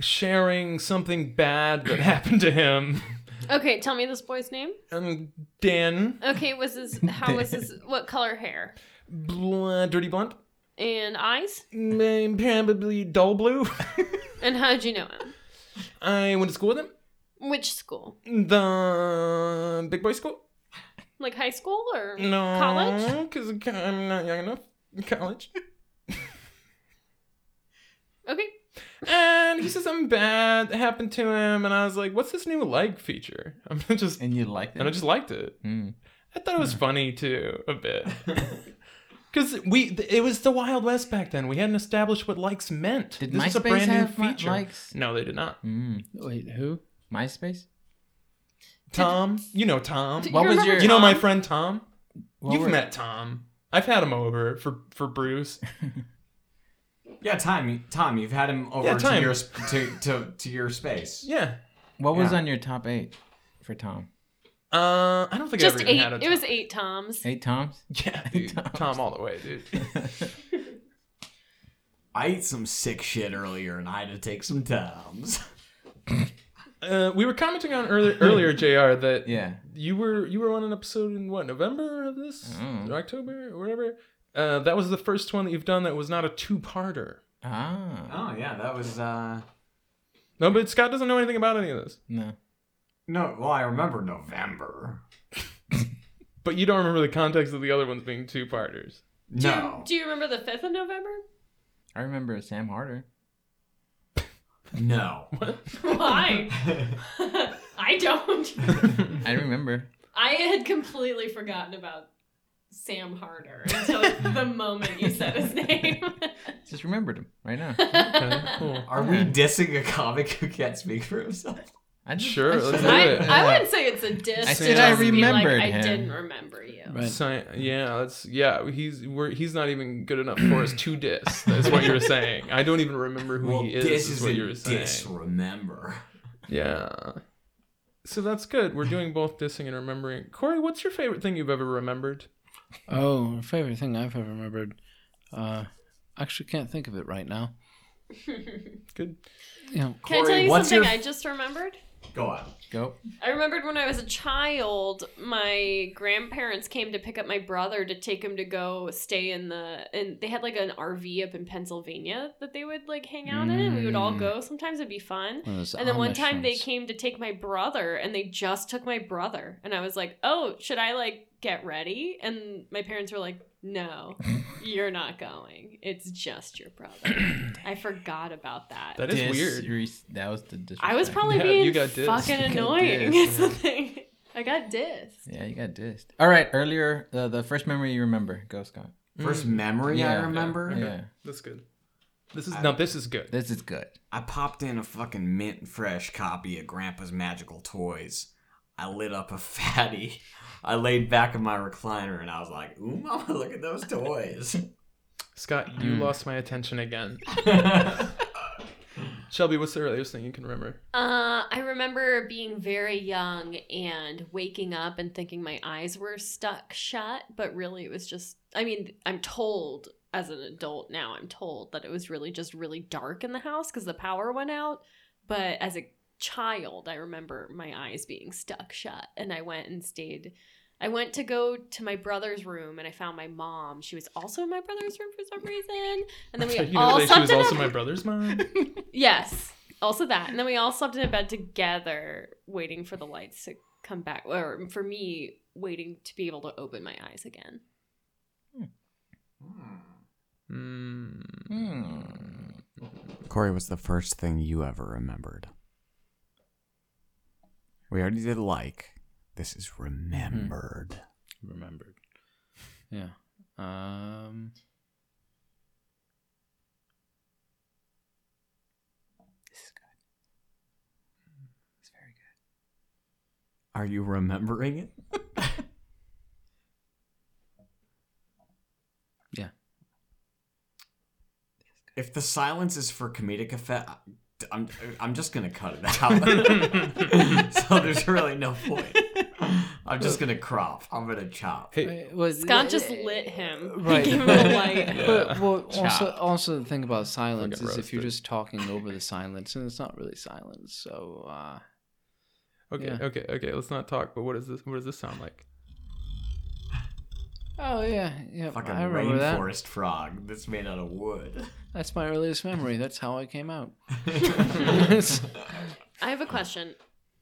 sharing something bad that happened to him.
Okay, tell me this boy's name.
Um, Dan,
Okay, was his how was his what color hair
bl- uh, dirty blunt,
and eyes?
mm, probably dull blue.
And how did you know him?
I went to school with him.
Which school?
The big boy school?
Like high school or
No,
college?
because I'm not young enough. College.
Okay.
And he says something bad that happened to him, and I was like, "What's this new like feature?" I'm just
And you liked it?
and I just liked it.
Mm.
I thought it was funny too, a bit. Because we, th- it was the Wild West back then. We hadn't established what likes meant.
Did
this is a
MySpace
brand
have
new
li-
feature.
likes?
No, they did not.
Mm.
Wait, who?
MySpace?
Tom, you know Tom.
Do
What was
remember
your-
You know my
Tom?
friend Tom.
What
You've
were-
met Tom. I've had him over for for Bruce.
Yeah, Tom. Tom, you've had him over
Yeah,
to
Tom.
your sp- to, to to your space.
Yeah.
What was
Yeah.
on your top eight for Tom?
Uh, I don't think
Just
I ever even
eight.
had a Tom.
It was eight Toms.
Eight Toms?
yeah, dude,
Tom.
Tom all the way, dude.
I ate some sick shit earlier, and I had to take some Toms.
Uh, we were commenting on earlier, earlier Jr. that
Yeah.
you were you were on an episode in what November of this
Oh.
Mm.
or October or whatever. Uh, that was the first one that you've done that was not a two-parter.
Ah.
Oh yeah, that was. uh
No, but Scott doesn't know anything about any of this.
No.
No, well, I remember November.
But you don't remember the context of the other ones being two-parters.
Do you-
No,
Do you remember the fifth of November?
I remember Sam Harder.
no.
Why? I don't.
I remember.
I had completely forgotten about Sam Harder until the moment you said his name.
Just remembered him right now.
Okay, cool.
Are we dissing a comic who can't speak for himself?
I just,
Sure,
I just-
let's do
I,
it.
I wouldn't say it's a diss.
I
It
said
would
I
just be
remembered
Like, I
him.
didn't remember you.
Right.
Sci- yeah, that's yeah. He's we're, he's not even good enough for us to diss. That's what you were saying. I don't even remember who he is.
this
is, what you were
isn't
saying.
diss. Remember.
Yeah. So that's good. We're doing both dissing and remembering. Corey, what's your favorite thing you've ever remembered?
Oh, favorite thing I've ever remembered. Uh, actually, can't think of it right now.
Good.
You know,
Can I
Corey,
tell you
what's
something
your-
I just remembered?
Go on.
Go.
I remembered when I was a child, my grandparents came to pick up my brother to take him to go stay in the and they had like an RV up in Pennsylvania that they would like hang out in and we would all
Mm.
go. Sometimes it'd be fun.
one of those
And then one
Amish
time they
ones.
came to take my brother and they just took my brother and I was like, "Oh, should I like get ready?" And my parents were like, "No. You're not going. It's just your brother." I forgot about that.
That is
Dis-
weird.
re- That was the disrespect.
I was probably
Yeah,
being
you got dissed.
fucking
You got
annoying.
dissed,
It's the thing. I got dissed.
Yeah, you got dissed. All right, earlier, uh, the first memory you remember. Go, Scott.
Mm.
First memory Oh, I
Yeah.
remember.
Yeah.
That's good. This is now. This is good.
This is good.
I popped in a fucking mint fresh copy of Grandpa's Magical Toys. I lit up a fatty. I laid back in my recliner and I was like, "Ooh, mama, look at those toys."
Scott,
Mm.
you lost my attention again. Shelby, what's the earliest thing you can remember?
Uh, I remember being very young and waking up and thinking my eyes were stuck shut, but really it was just, I mean, I'm told as an adult now, I'm told that it was really just really dark in the house because the power went out. But as a child, I remember my eyes being stuck shut and I went and stayed. I went to go to my brother's room and I found my mom. She was also in my brother's room for some reason. And then we
you know
all
that she
slept
was
in a-
also my brother's mom.
Yes. Also that. And then we all slept in a bed together, waiting for the lights to come back, or for me, waiting to be able to open my eyes again.
Mm.
Corey, what's the first thing you ever remembered? We already did like. This is remembered.
remembered. Yeah. Um.
Are you remembering it?
Yeah.
If the silence is for comedic effect, I- I'm I'm just gonna cut it out. so there's really no point. I'm just gonna crop. I'm gonna chop.
Hey,
It was-
Scott just lit him.
Right.
He gave him a light.
But well, also,
Chopped.
also the thing about silence
Fucking
is if you're
roasted.
just talking over the silence, and it's not really silence. So uh,
okay,
yeah.
okay, okay. Let's not talk. But what is this? What does this sound like?
oh yeah, yeah,
Fucking
I remember that.
rainforest frog that's made out of wood.
That's my earliest memory. That's how I came out. It's-
I have a question.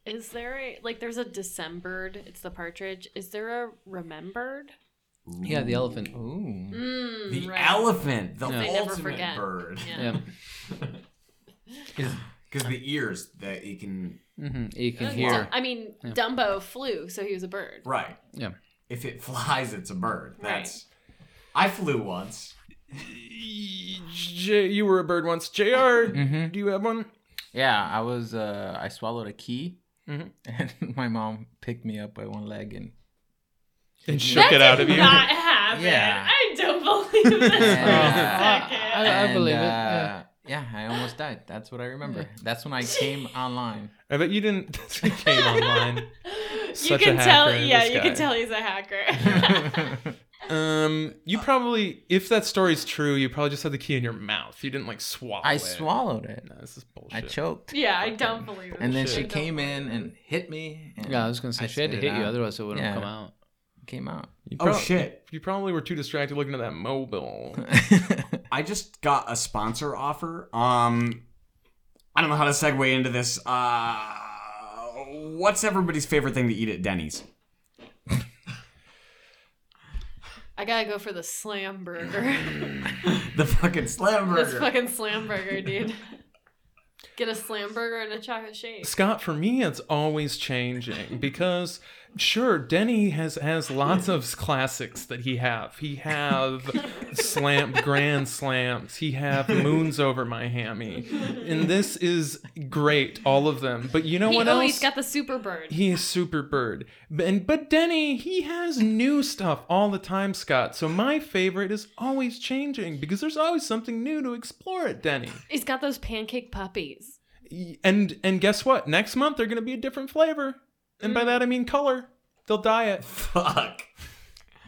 Is there a, like, there's a Decembered, it's the partridge. Is there a remembered?
Yeah, the elephant.
Ooh.
Mm,
The
right.
elephant, the
Yeah.
They never
ultimate
forget.
bird.
Yeah.
Yeah.
Because the ears that it can
hmm You can
Oh,
hear.
I mean,
Yeah.
Dumbo flew, so he was a bird.
right.
Yeah.
If it flies, it's a bird.
Right.
That's. I flew once.
J- you were a bird once. junior
Mm-hmm.
Mhm.
do you have one?
Yeah, I was. Uh, I swallowed a key,
Mm-hmm.
Mhm.
and my mom picked me up by one leg and
And shook it
That did
out of you.
not happen.
Yeah.
I don't believe this. for
Yeah.
a second.
I- I
And,
believe it,
uh,
yeah.
yeah, I almost died. That's what I remember. That's when I came online.
I bet you didn't. That's when you came online.
you
Such a
can tell.
hacker,
Yeah,
this
you can
guy.
tell he's a hacker.
Um, you probably, if that story's true, you probably just had the key in your mouth. You didn't like swallow.
I
it.
swallowed it.
No, this is bullshit.
I choked.
yeah, I don't believe it.
And then
I
she
don't
came
believe
in
it.
and hit me. And
Yeah, I was gonna say she had to
spit it
hit you,
out.
otherwise it wouldn't
Yeah.
come out.
Came out.
You
Oh,
prob-
shit.
You probably were too distracted looking at that mobile.
I just got a sponsor offer. Um, I don't know how to segue into this. Uh, what's everybody's favorite thing to eat at Denny's?
I gotta go for the slam burger.
The fucking slam
this
burger.
fucking slam burger, dude. Get a slam burger and a chocolate shake.
Scott, for me, it's always changing because sure, Denny has has lots of classics that he have. He have slam grand slams. He have moons over my hammy, and this is great, all of them. But you know
He-
what
oh,
else?
he's got the super bird.
He is super bird. And but Denny, he has new stuff all the time, Scott. So my favorite is always changing because there's always something new to explore at Denny.
he's got those pancake puppies.
And and guess what? Next month they're gonna be a different flavor. And
Mm.
by that I mean color. They'll dye it.
Fuck.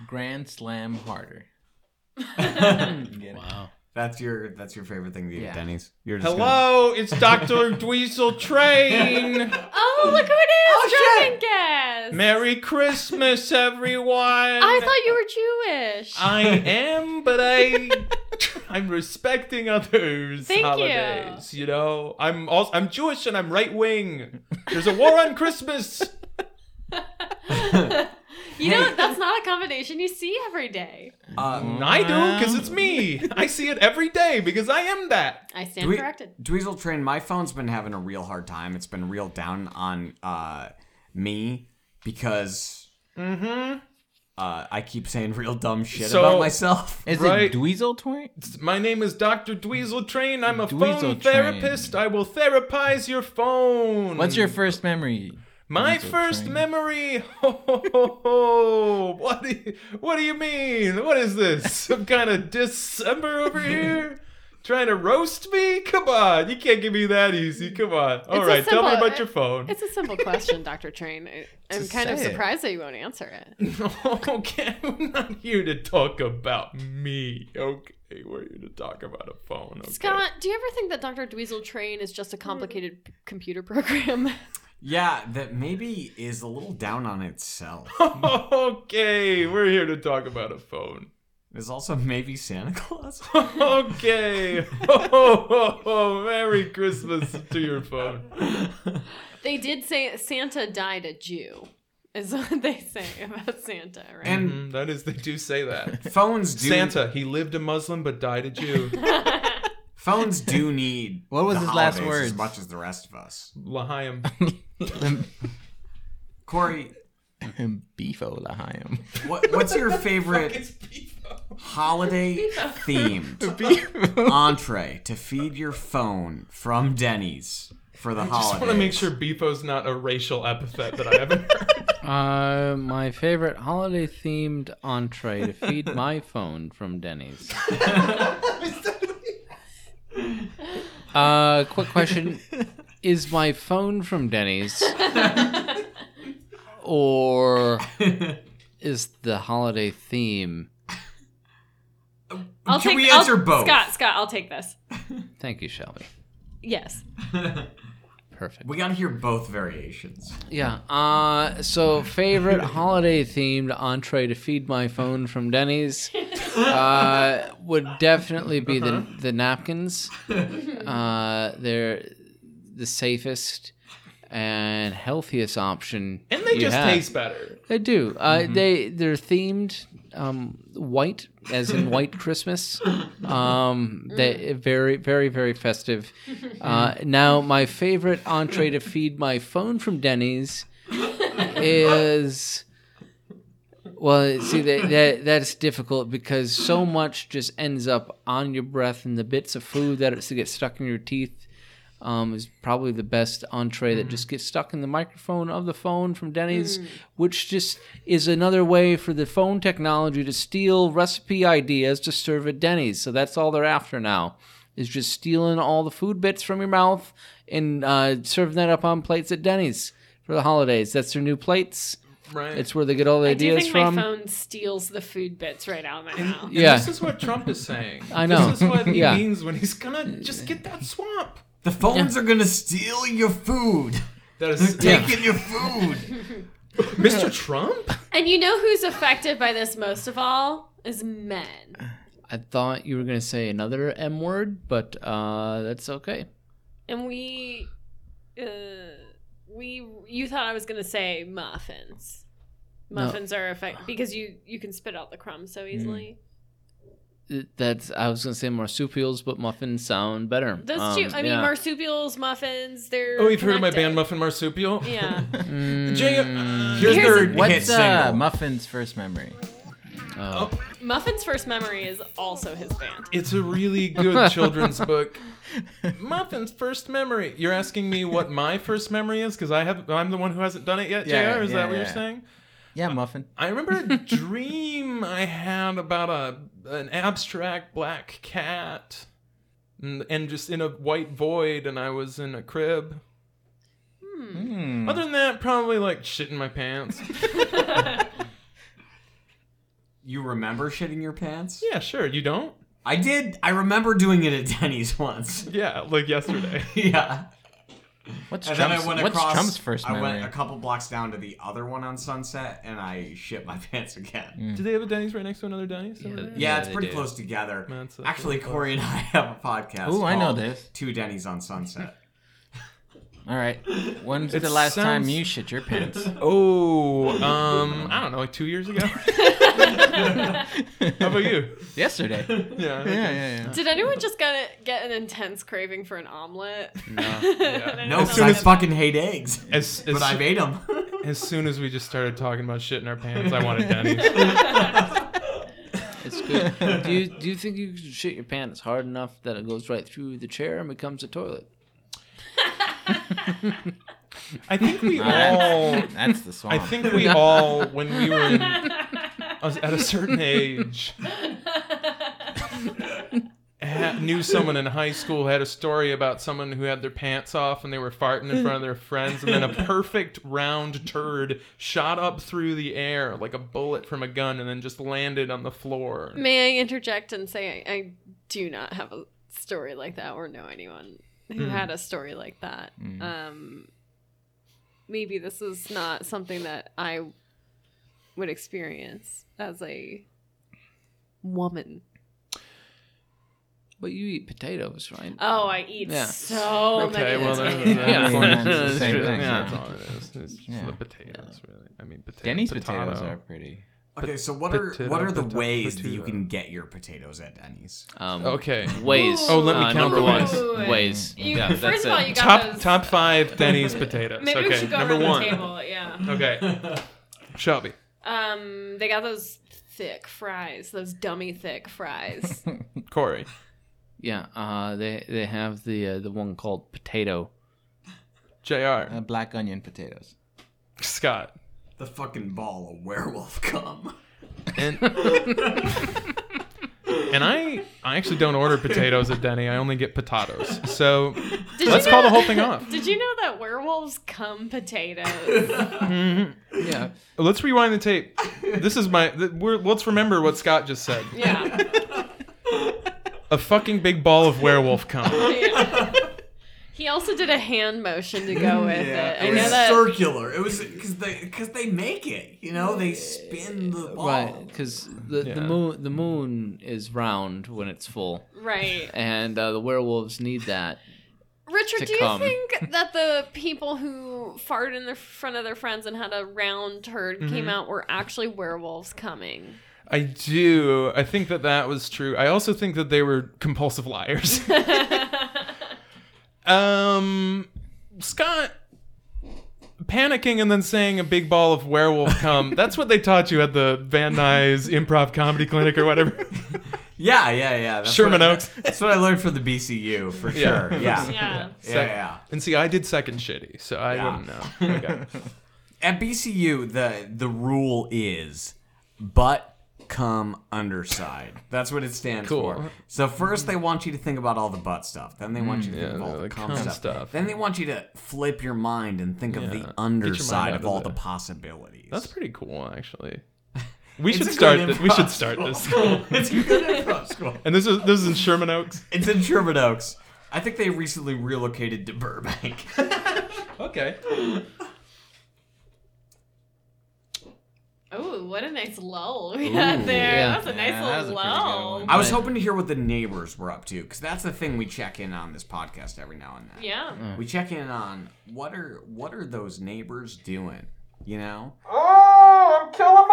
Grand slam harder. Get it.
Wow.
That's your that's your favorite thing to eat
Yeah.
at Denny's. You're just gonna-
Hello, it's Dr. Dweezil Train.
Oh, look who it is!
Oh,
Drunken
shit.
Guest!
Merry Christmas, everyone.
I thought you were Jewish.
I am, but I I'm respecting others
Thank you.
holidays. You. know, I'm also I'm Jewish and I'm right wing. There's a war on Christmas. Uh,
you know, that's not a combination you see every day.
Uh,
And I do because it's me. I see it every day because I am that.
I stand
Dwe-
corrected.
Dweezil Train, my phone's been having a real hard time. It's been real down on uh, me because uh, I keep saying real dumb shit
So-
about myself.
Is
Right.
it Dweezil Twain?
My name is Dr. Dweezil Train. I'm a phone
Dweezil Train.
therapist. I will therapize your phone.
What's
Mm.
your first memory?
My
Dweezil
first
Train?
memory. Ho, ho, ho, ho. What, do you, what do you mean? What is this? Some kind of December over here? Trying to roast me? Come on. You can't give me that easy. Come on. All
a
right, tell me
simple-
about your phone.
It's a simple question, Dr. Train. I- I'm
Just
kind of
say it.
surprised that you won't answer it.
okay, we're not here to talk about me. Okay, we're here to talk about a phone. Okay.
Scott, do you ever think that Dr. Dweezil Train is just a complicated p- computer program?
Yeah, that maybe is a little down on itself.
okay, we're here to talk about a phone.
There's also maybe Santa Claus.
Okay. oh, oh, oh, Merry Christmas to your phone.
they did say Santa died a Jew, is what they say about Santa, right?
and
Mm, that is, they do say that.
phones do
Santa, he lived a Muslim but died a Jew.
phones do need
What was
the
his last
holidays
words?
as much as the rest of us.
Lahayim.
Corey,
Beefo Lahayim.
what, what's your favorite holiday theme entree to feed your phone from Denny's for the
I
holidays?
just want to make sure Beepo's not a racial epithet that I haven't heard.
Uh, my favorite holiday themed entree to feed my phone from Denny's. uh, quick question: Is my phone from Denny's, or is the holiday theme?
I'll
Can
take,
we
I'll-
answer both?
Scott, Scott, I'll take this.
Thank you, Shelby.
Yes.
Perfect.
We gotta hear both variations.
Yeah. Uh, so favorite holiday themed entree to feed my phone from Denny's uh, would definitely be
Uh-huh.
the the napkins. Uh, they're the safest and healthiest option.
And they
you
just
have.
taste better.
They do. Uh, They they're themed um, white, as in white Christmas. Um, they very, very, very festive. Uh, now, my favorite entree to feed my phone from Denny's is. Well, see that, that that's difficult because so much just ends up on your breath, and the bits of food that it's- that get stuck in your teeth um, is probably the best entree that just gets stuck in the microphone of the phone from Denny's, which just is another way for the phone technology to steal recipe ideas to serve at Denny's. So that's all they're after now, is just stealing all the food bits from your mouth and uh, serving that up on plates at Denny's for the holidays. That's their new plates.
Right.
It's where they get all the
I do
ideas
think
from.
my phone steals the food bits right out of my mouth.
Yeah.
This is what Trump is saying.
I know.
This is what he
Yeah.
means when he's gonna just get that swamp.
The phones are gonna steal your food.
That is
Yeah.
Taking your food.
Mr. Trump?
And you know who's affected by this most of all is men.
I thought you were going to say another M word, but uh, that's okay.
And we, uh, we, you thought I was gonna say muffins.
No.
Muffins are affected because you you can spit out the crumbs so easily.
Th- That's I was going to say marsupials, but muffins sound better.
Those
Um,
two, I mean,
yeah.
marsupials, muffins. They're
Oh, you've heard of my
connected.
band Muffin Marsupial?
Yeah.
Mm,
Jay, uh,
Here's,
Here's
their
a-
hit
What's uh,
single.
Muffin's first memory?
oh.
Muffin's first memory is also his band.
It's a really good children's book. Muffin's first memory. You're asking me what my first memory is because I have I'm the one who hasn't done it yet.
Yeah,
Jr. Is
yeah,
that what you're
yeah.
saying?
Yeah, Muffin.
I remember a dream I had about a an abstract black cat, and, and just in a white void, and I was in a crib.
Hmm.
Other than that, probably like shit in my pants.
you remember shitting your pants?
yeah, sure. You don't?
I did. I remember doing it at Denny's once.
Yeah, like yesterday.
yeah.
What's,
And
Trump's,
then I went
what's
across.
Trump's first
I
memory?
went a couple blocks down to the other one on Sunset, and I shit my pants again.
Do they have a Denny's right next to another Denny's? over there?
Yeah,
Yeah,
it's
they
pretty
do.
close together.
Man, it's so
Actually,
close.
Corey and I have a podcast.
Ooh, I know
called
this.
Two Denny's on Sunset.
All right. When's
It
the last time
sounds-
you shit your pants?
Oh, um, I don't know, like two years ago. How about you?
Yesterday. Yeah,
Yeah.
yeah, yeah.
Did anyone just get get an intense craving for an omelet? No.
No,
As
because
soon
I
as-
fucking hate eggs,
As, as,
but I made them.
as soon as we just started talking about shit in our pants, I wanted Denny's.
It's good. do you do you think you could shit your pants hard enough that it goes right through the chair and becomes a toilet?
I think
Oh.
we
Alright.
all,
That's the
I
swamp.
think we all, when we were in, at a certain age, ha- knew someone in high school had a story about someone who had their pants off and they were farting in front of their friends, and then a perfect round turd shot up through the air like a bullet from a gun, and then just landed on the floor.
May I interject and say I, I do not have a story like that or know anyone
Hmm.
who had a story like that. Um, maybe this is not something that I would experience as a woman.
But you eat potatoes, right?
Oh, I eat
Yeah.
so
Okay,
many.
well,
potatoes.
then, then
Yeah.
everyone wants
That's
the same
true.
thing.
Yeah.
That's all it is. It's just
Yeah.
the potatoes, really. I mean, potatoes.
Denny's potatoes are pretty.
Okay, so what are
Potato,
what are the
potato,
ways that you
potato.
can get your potatoes at Denny's?
Um,
Okay.
Ways.
Oh, let me
uh,
count
number
the
one.
ways.
Ways.
You,
yeah,
first
that's
of all,
it.
you got
Top
those.
top five Denny's potatoes.
Maybe
okay,
we should go
number
around
one.
the table. Yeah.
Okay, Shelby.
Um, they got those thick fries, those dummy thick fries.
Corey.
Yeah. Uh, they they have the uh, the one called potato.
JR.
Uh, black onion potatoes.
Scott.
The fucking ball of werewolf cum.
And, and I I actually don't order potatoes at Denny. I only get potatoes. So
Did
let's
you
call
know-
the whole thing off.
Did you know that werewolves come potatoes?
Yeah.
Let's rewind the tape. This is my. th- We're, let's remember what Scott just said.
yeah.
A fucking big ball of werewolf cum.
He also did a hand motion to go with it. I
It
know
was
that.
circular. It was because they because they make it. You know, they spin the ball.
Right, because the, the
Yeah.
moon the moon is round when it's full,
right.
and uh, the werewolves need that.
Richard,
to
do you
come.
think that the people who farted
Mm-hmm.
in the front of their friends and had a round turd came out were actually werewolves coming?
I do. I think that that was true. I also think that they were compulsive liars. um, Scott panicking and then saying a big ball of werewolf come. That's what they taught you at the Van Nuys Improv Comedy Clinic or whatever.
Yeah, yeah, yeah. That's
Sherman
what I-
Oaks.
That's what I learned from the BCU for
Yeah.
sure. Yeah. yeah,
Yeah.
yeah,
And see, I did second shitty, so I
Yeah.
wouldn't know. Okay.
At BCU, the the rule is butt come underside. That's what it stands
Cool.
for. So first they want you to think about all the butt stuff. Then they want you to think
Mm, yeah,
of all
the
the cum
cum
stuff.
stuff.
Then they want you to flip your mind and think of
Yeah. Get your
the
mind
underside
out
of
of
all the
there.
possibilities.
That's pretty cool, actually. We
It's a
should
good
start. This. We
improv
should start this.
school. it's a good improv school.
And this is this is in Sherman Oaks.
It's in Sherman Oaks. I think they recently relocated to Burbank.
Okay.
Oh, what a nice lull we had there.
yeah.
That's a nice
Yeah, that was
little
a pretty good
lull.
one.
I was hoping to hear what the neighbors were up to, because that's the thing we check in on this podcast every now and then.
Yeah.
We check in on what are what are those neighbors doing? You know?
Oh, I'm killing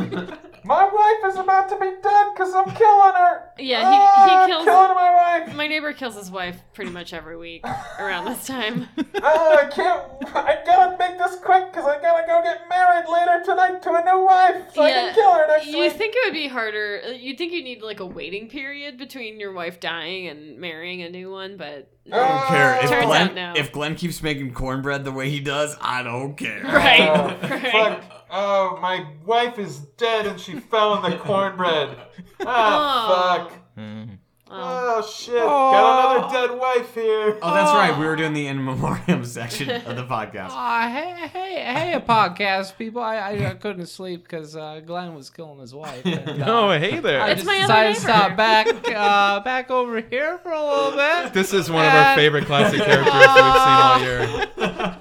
my wife. my wife is about to be dead because I'm killing her. Ah,
Yeah, he, he kills.
my wife.
My neighbor kills his wife pretty much every week around this time.
Oh, I can't. I gotta make this quick because I gotta go get married later tonight to a new wife so I
Yeah.
can kill her next
you
week.
think it would be harder. You'd think you need like a waiting period between your wife dying and marrying a new one, but
I don't care. If
Turns
Glenn,
out no.
if Glenn keeps making cornbread the way he does, I don't care.
Right.
Oh,
right.
fuck. Oh, my wife is dead and she fell in the cornbread.
Oh.
Ah, fuck.
Mm-hmm.
Mm.
Oh.
Oh, shit. Got another dead wife here.
Oh, that's right. We were doing the in memoriam section of the podcast.
Aw, hey, hey, hey, podcast people. I, I, I couldn't sleep because uh, Glenn was killing his wife. And, uh,
Oh, hey there.
I
It's
just
my other
decided to stop
neighbor.
back, uh, back over here for a little bit.
This is one
of our
favorite classic characters we've seen all year.
Uh,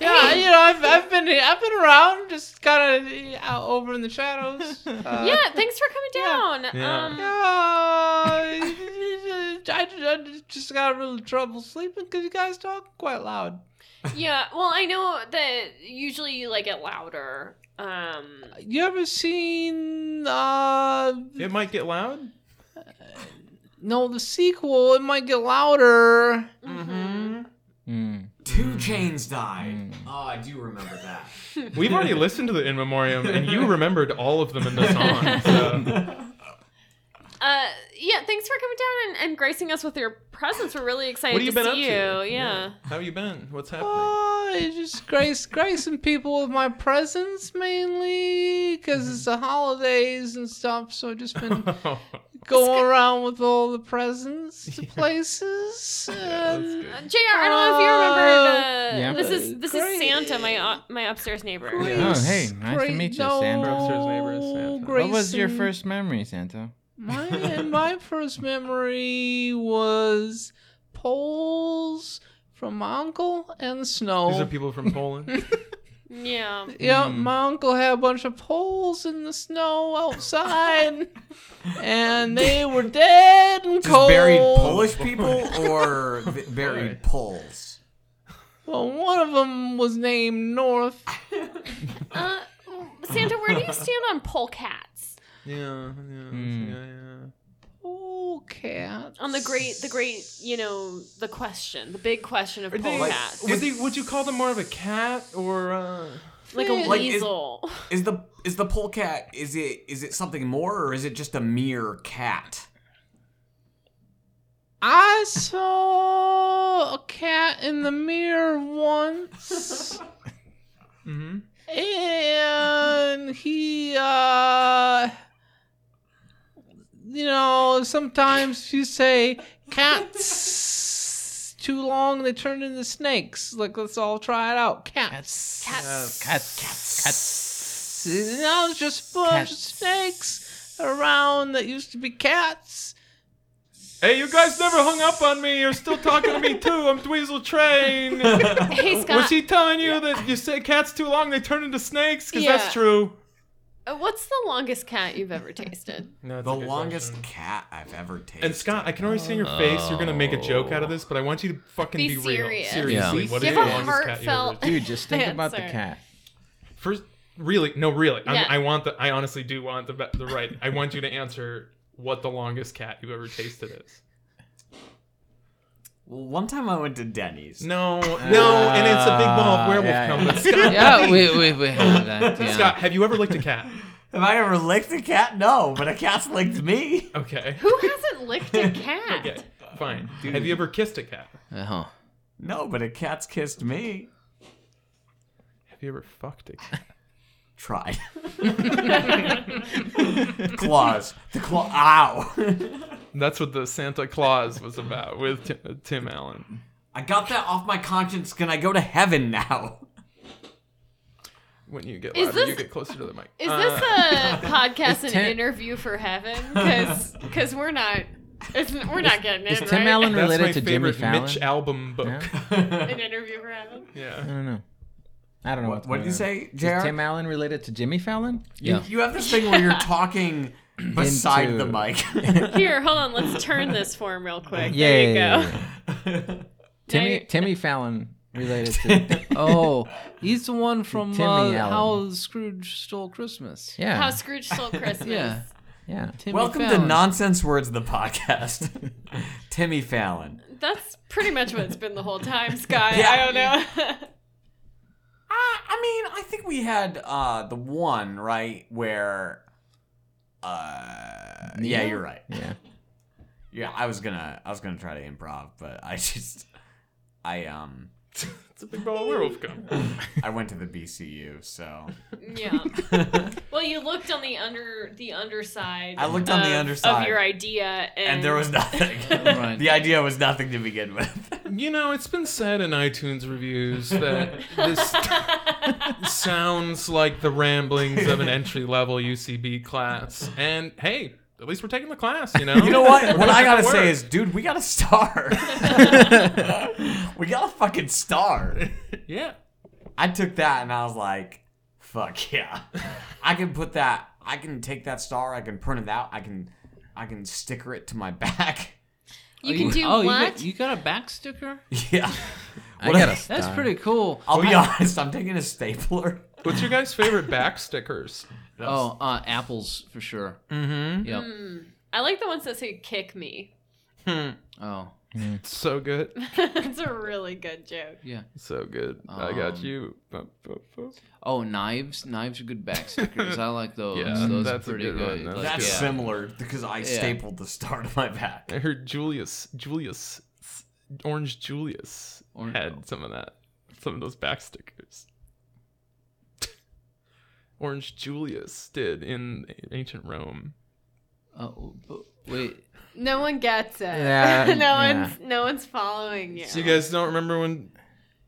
Yeah, you know, I've, I've been I've been around, just kind of out over in the shadows. Uh,
Yeah, thanks for coming down.
Ah. Yeah.
Um,
yeah, I, I just got a little trouble sleeping because you guys talk quite loud.
yeah, well, I know that usually you like it louder. Um,
You ever seen uh
It might get loud.
no the sequel? It might get louder.
Mm.
Two chains died. Oh, I do remember that.
We've already listened to the In Memoriam, and you remembered all of them in the song. So.
Uh, yeah, thanks for coming down and, and gracing us with your presence. We're really excited
What have you
to
been
see
up to?
you. Yeah.
How have you been? What's happening?
Oh, it's just grace gracing people with my presence mainly because it's the holidays and stuff. So I've just been going around with all the presents to places. and-
Uh, JR, I don't know if you remembered. Uh,
Yeah.
this is this
Great.
is Santa, my up my upstairs neighbor.
Grace,
Oh, hey, nice to
Grace-
meet you,
no,
Sandra.
Upstairs neighbor is Santa.
Grace
What was your
and-
first memory, Santa?
My and my first memory was poles from my uncle and snow.
These are people from Poland.
Yeah.
Yeah,
Hmm.
my uncle had a bunch of poles in the snow outside, and they were dead and
Just
cold.
buried Polish people or v- buried Poles?
Well, one of them was named North.
Uh, Santa, where do you stand on pole cats?
yeah, yeah, yeah, yeah.
Oh, cat.
On the great, the great, you know, the question, the big question of
Are they,
pole cats,
would, they, would you call them more of a cat or uh,
like a
like, is-
weasel.
Is the is the polecat is it is it something more or is it just a mere cat?
I saw a cat in the mirror once.
Mm-hmm.
And he, uh, you know, sometimes you say cats too long, they turn into snakes. Like, let's all try it out. Cats.
Cats.
Cats, cats, cats.
And now it's just a bunch of
Cats.
snakes around that used to be cats.
Hey, you guys never hung up on me. You're still talking to me too. I'm Dweezil Train.
Hey Scott,
Was he telling you that you say cats too long, they turn into snakes? Because
Yeah.
that's true.
uh, what's the longest cat you've ever tasted?
No,
The longest cat I've ever tasted.
And Scott, I can already see in your face you're gonna make a joke out of this, but I want you to fucking
Be
be, real.
serious.
Seriously,
Yeah.
what
Give
is the
a
longest cat you ever?
heartfelt-
Dude, just think about the
Answer.
cat.
First, Really? No, really. I'm,
Yeah.
I want the. I honestly do want the be- the right. I want you to answer what the longest cat you've ever tasted is.
Well, one time I went to Denny's.
No, no, and it's a big ball of werewolf
yeah,
coming.
yeah.
Scott,
Yeah, we, we, we have that. Yeah.
Scott, have you ever licked a cat?
Have I ever licked a cat? No, but a cat's licked me.
Okay.
Who hasn't licked a cat?
Okay. Fine. Have you ever kissed a cat?
Uh-huh.
No, but a cat's kissed me.
Have you ever fucked a cat?
Tried. claws. The claw. Ow.
That's what the Santa Claus was about with Tim, Tim Allen.
I got that off my conscience. Can I go to heaven now?
When you get
Is
louder, you
this-
get closer to the mic.
Is
Uh,
this a podcast an
Tim-
interview for heaven? Because we're not it's, we're not getting it.
is
right?
Tim Allen-
that's
Related
my
to Jimmy
favorite
Fallon?
Mitch album book?
an interview for heaven?
Yeah.
I don't know. I don't know what's
What did you
going on.
say, JR?
Is Tim Allen related to Jimmy Fallon?
Yeah.
You have this thing where you're talking beside
Into-
the mic.
Here, hold on. Let's turn this form real quick.
Yeah,
there you
yeah,
go.
yeah, Timmy
Now
Timmy Fallon related to
Oh, he's the one from
Timmy
uh,
Allen.
How Scrooge Stole Christmas.
yeah
How Scrooge Stole Christmas.
Yeah.
yeah.
Timmy
Welcome to
Fallon.
Nonsense Words, the podcast. Timmy Fallon.
That's pretty much what it's been the whole time, Scott.
Yeah.
I don't know.
I, I mean, I think we had uh, the one right where. Uh, yeah, you're right.
Yeah.
Yeah, I was gonna, I was gonna try to improv, but I just, I um,
It's a big ball of werewolf gum.
I went to the BCU, so
yeah. Well, you looked on the under the underside.
I looked on the
of-
underside.
of your idea, and,
and there was nothing.
Right.
The idea was nothing to begin with.
You know, it's been said in iTunes reviews that this sounds like the ramblings of an entry level UCB class. And hey, at least we're taking the class, you know?
You know what?
We're
What
putting
I
in
gotta
the
say
work.
is, dude, we got a star. we got a fucking star.
Yeah.
I took that and I was like, fuck yeah. I can put that, I can take that star, I can print it out, I can, I can sticker it to my back.
you can do
oh, you
what?
got, you got a back sticker?
yeah.
I got a
That's
star.
pretty cool.
I'll be honest, I'm taking a stapler.
What's your guys' favorite back stickers?
Oh, uh, apples for sure. Mm-hmm. Yep.
I like the ones that say "kick me."
Oh,
It's so good.
That's a really good joke.
yeah.
So good. I got
Um,
you. Bum, bum, bum.
Oh, knives. Knives are good back stickers. I like those.
Yeah,
those
that's a
are pretty
good one.
good.
That's
Like,
That's
yeah.
similar because I stapled the star to my back.
I heard Julius, Julius, Orange Julius
Orange-
had some of that, some of those back stickers. Orange Julius did in ancient Rome.
Uh, w- but wait.
No one gets it.
Yeah,
no
yeah.
one's no one's following you.
So you guys don't remember when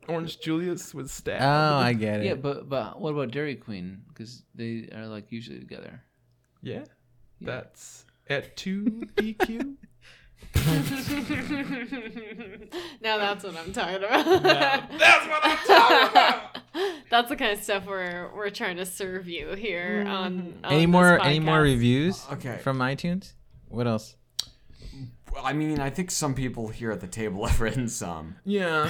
Orange Julius was stabbed?
Oh, I get it.
Yeah, but but what about Dairy Queen? Because they are like usually together.
yeah, that's at two E EQ.
now that's what I'm talking about.
that's what I'm talking about.
That's the kind of stuff we're we're trying to serve you here on. on
Mm-hmm. any
this
more any more
podcast.
reviews
Oh, Okay.
from iTunes? What else?
Well, I mean, I think some people here at the table have written some.
Yeah,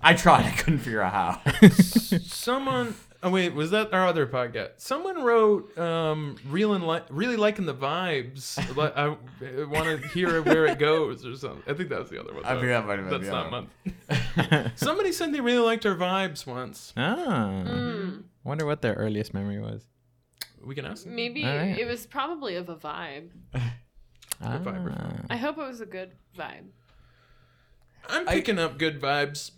I tried, I couldn't figure out how.
someone. Oh wait, was that our other podcast? Someone wrote, um, "Real and li- really liking the vibes. Li- I, want to hear where it goes or something." I think that was the other one.
I think
though.
that might have been
That's
the
not
other one.
month. Somebody said they really liked our vibes once.
Oh.
Hmm,
Wonder what their earliest memory was.
We can ask. them.
Maybe
All right.
it was probably of a vibe.
Ah.
vibrant.
I hope it was a good vibe,
I'm picking up good vibes.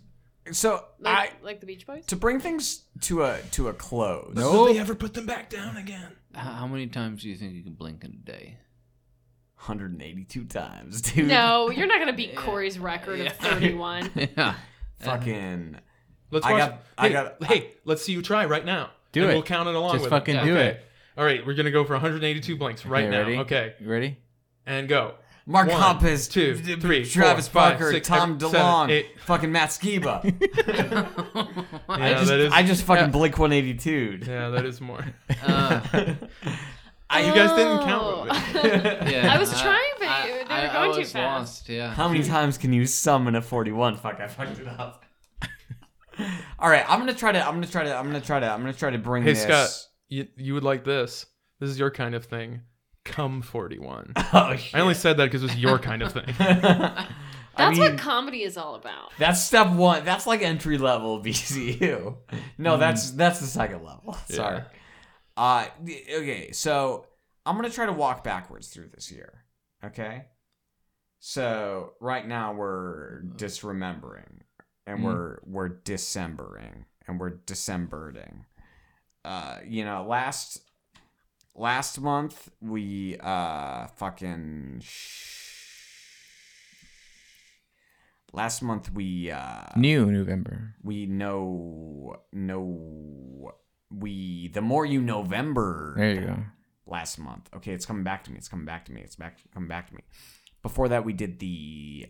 So, I,
like, like the Beach Boys.
to bring things to a to a close.
Will they ever put them back down again?
H- How many times do you think you can blink in a day?
182 times, dude.
No, you're not gonna beat Corey's record of 31.
yeah.
Fucking.
Let's
I
watch.
got-
hey,
I got-
hey, let's see you try right now.
Do
and
it.
We'll count it along
Just
with
fucking
it.
do
Okay.
it.
All right, we're gonna go for 182 blanks right
Okay,
now.
ready?
Okay,
You ready?
and go.
Mark
One,
Hoppus,
two,
d- d-
three,
Travis
four, five,
Barker,
six,
Tom
seven,
DeLonge,
eight.
fucking Matt Skiba.
yeah,
I, just,
that is.
I just fucking
yeah.
Blink 182'd.
Yeah, that is more.
Uh,
you guys didn't count with me.
yeah.
Oh. I was trying, but
I-
you- they were
I- I
going too
was
fast.
Lost, yeah.
How many times can you summon a 41? Fuck, I fucked it up. All right, I'm gonna try to. I'm gonna try to. I'm gonna try to. I'm gonna try to bring
Hey
this.
Scott, you, you would like this. This is your kind of thing. Come 41.
Oh,
I only said that because it was your kind of thing.
That's
That's what comedy is all about.
That's step one. That's like entry level BCU. No, that's that's the second level. Sorry. Uh, d- okay, so I'm gonna try to walk backwards through this year. Okay. So right now we're disremembering, and
Mm.
we're we're disembering, and we're decemberding. Uh, you know, last last month we uh fucking. Last month we uh
New November.
we know no we the more you November
There you go.
last month. Okay, it's coming back to me. It's coming back to me. It's back coming back to me. Before that, we did the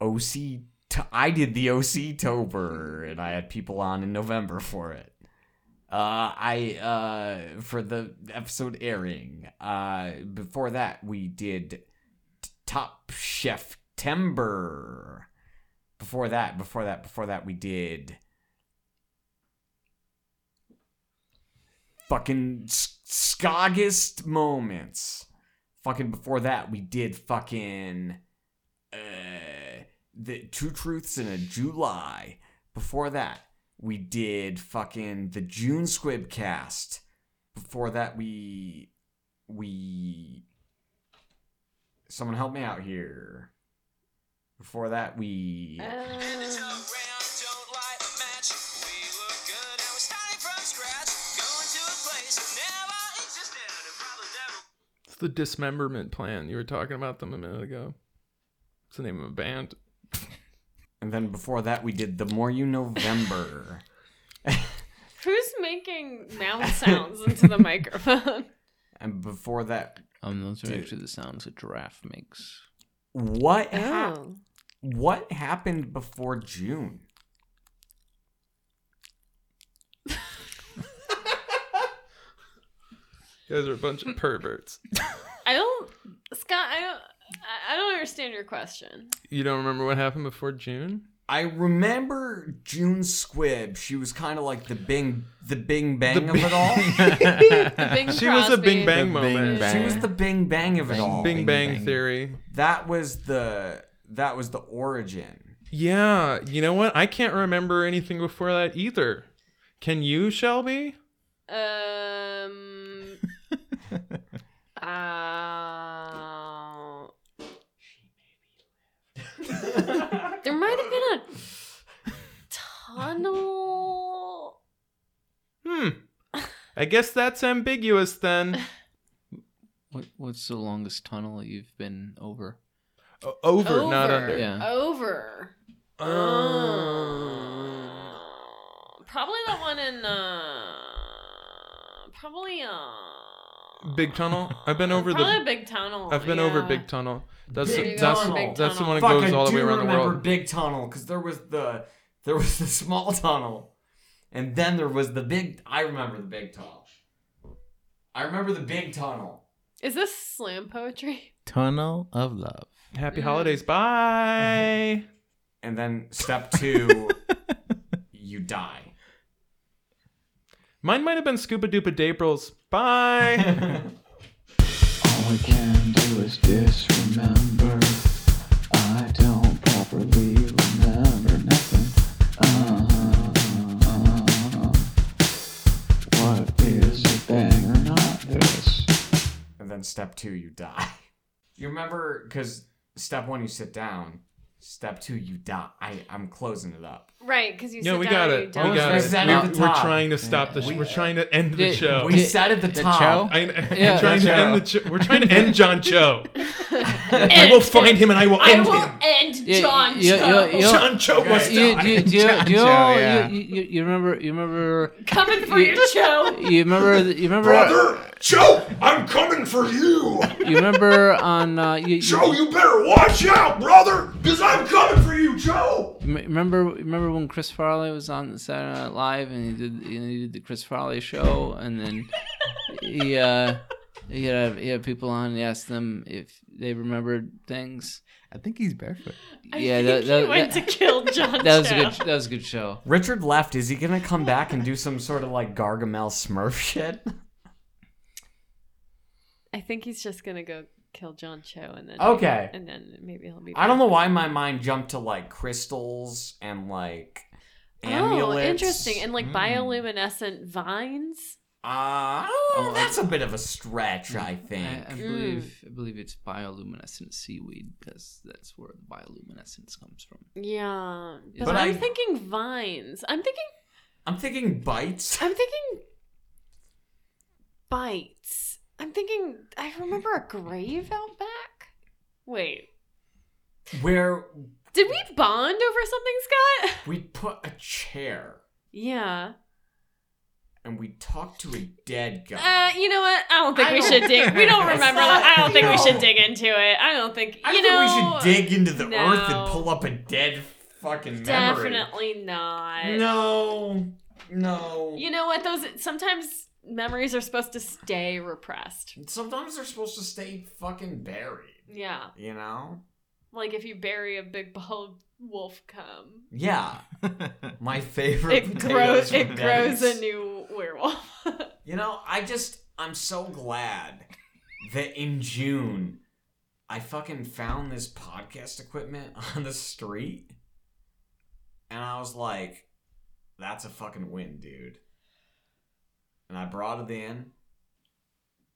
OC. to- I did the OC Tober, and I had people on in November for it. Uh, I uh for the episode airing. Uh, before that, we did t- Top Chef Timber. Before that, before that, before that, we did fucking s- scoggest moments. Fucking before that, we did fucking uh, the two truths in a July. Before that, we did fucking the June Squib cast. Before that, we we someone help me out here. Before that, we
Uh,
It's the dismemberment plan. You were talking about them a minute ago. It's the name of a band.
and then before that we did the more you November.
who's making mouth sounds into the microphone?
and before that,
Um, those are
Dude.
actually the sounds a giraffe makes.
what hap-
Oh.
what happened before June?
You guys are a bunch of perverts.
I don't, Scott. I don't. I- I don't understand your question.
You don't remember what happened before June?
I remember June Squibb. She was kind of like the Bing, the Bing Bang of it all.
The Bing
She was a Bing
Crosby-
Bang
Bing
moment.
Bang.
she was the Bing Bang of it all.
Bing,
Bing
Bang,
Bang.
Theory.
That was the that was the origin.
Yeah, you know what? I can't remember anything before that either. Can you, Shelby?
Um. uh, there might have been a tunnel.
Hmm. I guess that's ambiguous then.
What What's the longest tunnel you've been over?
O- Over,
Over,
not under.
Yeah.
Over.
Uh.
Uh,
Oh.
Probably that one in. Uh, probably. Uh,
Big tunnel. I've been over
probably
the.
big tunnel.
I've been over
yeah.
big tunnel. That's
Big
that's
tunnel, big
that's the
tunnel.
one that
Fuck,
goes
I
all the
do
way around the
remember
world.
Big Tunnel because there was the there was the small tunnel, and then there was the big. I remember the big tunnel. I remember the big tunnel.
Is this slam poetry?
Tunnel of Love.
Happy holidays. Bye.
And then step two, you die.
Mine might have been Scuba Dupa Daprils. Bye.
All I can do is disremember. I don't properly remember nothing. Uh, what is a thing or not this?
and then step two you die you remember because step one you sit down step two you die I, i'm closing it up
Right, because you.
no,
sit
we
down
got
and you
it. We
don't.
was
got
it?
it.
Is that at the
We, are
top?
trying to stop the. Sh- we're trying to end the
Yeah.
show.
we
Did-
sat at the
did
top
Chow?
I, we're
Yeah.
trying to end the. Cho- we're trying to end John Cho. I
End
will find him and I will
I
end
will
him.
end
Yeah,
John
yeah,
Cho.
yeah, yeah.
John Cho must
You,
die.
do, you- do, you- do, you-
Joe, yeah.
you, you, you remember? You remember?
Coming for you, Cho.
You remember? the- You remember?
Brother, Joe, I'm coming for you.
You remember on? Uh, you, you-
Joe, you better watch out, brother, because I'm coming for you, Joe.
M- Remember, remember when Chris Farley was on Saturday Night Live and he did, and he did the Chris Farley show, and then he uh, He had, he had people on and asked them if they remembered things.
I think he's barefoot.
I
Yeah,
think
that-
he
that-
went
that-
to kill John.
That was a
Chow.
good. That was a good show.
Richard left. Is he gonna come back and do some sort of like Gargamel Smurf shit?
I think he's just gonna go kill John Cho and then
Okay.
and then maybe he'll be.
I don't
back.
know why my mind jumped to like crystals and like amulets.
Oh, interesting, and like
Hmm.
Mm.
bioluminescent vines.
uh,
Oh,
that's a bit of a stretch, I
Mm,
think.
I,
um,
I believe I believe it's bioluminescent seaweed because that's where the bioluminescence comes from.
Yeah, but,
But
I'm
I-
thinking vines. I'm thinking.
I'm thinking bites.
I'm thinking bites. I'm thinking. I remember a grave out back. Wait,
Where
did we bond over something, Scott?
we put a chair
Yeah.
and we talk to a dead guy.
Uh, you know what? I don't think
I
we
don't-
should dig. We don't
That's
remember.
not-
I don't think we should
no.
dig into it. I don't think. You
I think
know,
we should dig into the
no.
earth and pull up a dead fucking memory.
Definitely not.
No, no.
You know what? Those sometimes memories are supposed to stay repressed.
Sometimes they're supposed to stay fucking buried.
Yeah,
You know?
like if you bury a big bald wolf cum,
Yeah. My favorite.
it
potatoes
grows.
from
It grows a
Denny's.
new werewolf.
You know, I just I'm so glad that in June I fucking found this podcast equipment on the street. And I was like, that's a fucking win, dude. And I brought it in.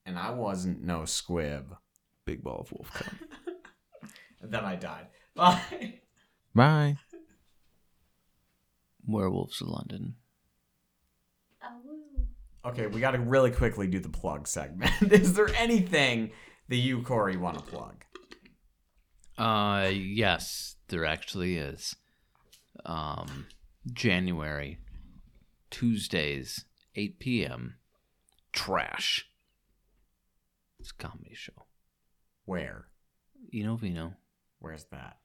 And I wasn't no squib.
Big ball of wolf cum.
And then I died. But
Bye.
Werewolves of London.
Okay, we got to really quickly do the plug segment. Is there anything that you, Corey, want to plug?
Uh, yes, there actually is. Um, January, Tuesdays, 8 p.m. Trash. It's a comedy show.
Where?
Eno Vino
Where's that?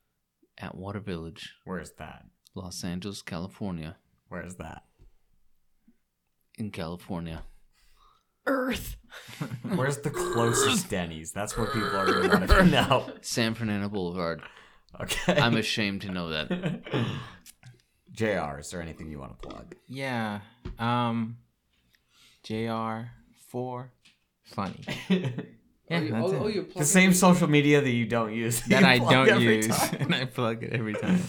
at Water Village,
Where's that?
Los Angeles, California.
Where's that?
In California.
Earth.
Where's the closest Denny's? That's what people are going to want to know.
San Fernando Boulevard.
Okay.
I'm ashamed to know that.
JR, is there anything you want to plug?
Yeah. Um. Jr. Four. Funny. Yeah, that's it.
The same social media that you don't use. that
that
you
I
plug
don't
every
use,
time.
and I plug it every time.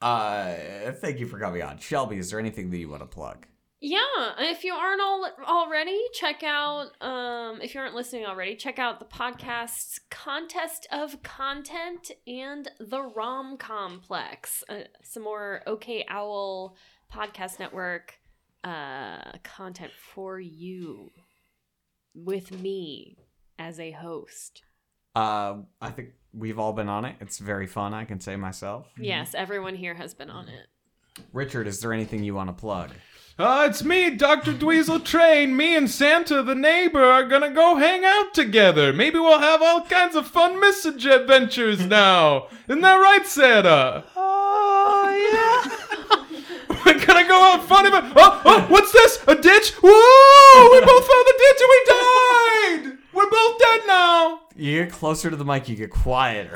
Uh, thank you for coming on. Shelby, is there anything that you want to plug?
Yeah, if you aren't all already, check out um if you aren't listening already, check out the podcasts Contest of Content and The Rom Complex. Uh, some more OK Owl podcast network uh content for you with me as a host.
Uh, I think we've all been on it. It's very fun, I can say myself.
Yes, everyone here has been on it.
Richard, is there anything you want to plug?
Uh, it's me, Dr. Dweezil Train. Me and Santa the neighbor are gonna go hang out together. Maybe we'll have all kinds of fun misadventures now. Isn't that right, Santa? Oh, yeah. We're gonna go out fun. adve- Oh, oh, what's this? A ditch? Whoa! We both found the ditch and we died! We're both dead now!
You get closer to the mic, you get quieter.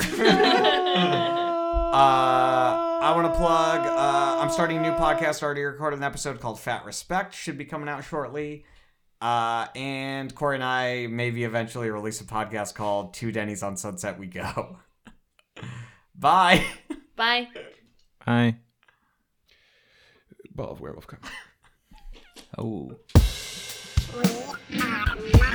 Uh, I want to plug. Uh, I'm starting a new podcast. Already recorded an episode called Fat Respect. Should be coming out shortly. Uh, and Corey and I maybe eventually release a podcast called Two Denny's on Sunset We Go. Bye.
Bye.
Hi.
Ball of werewolf come.
Oh.
We are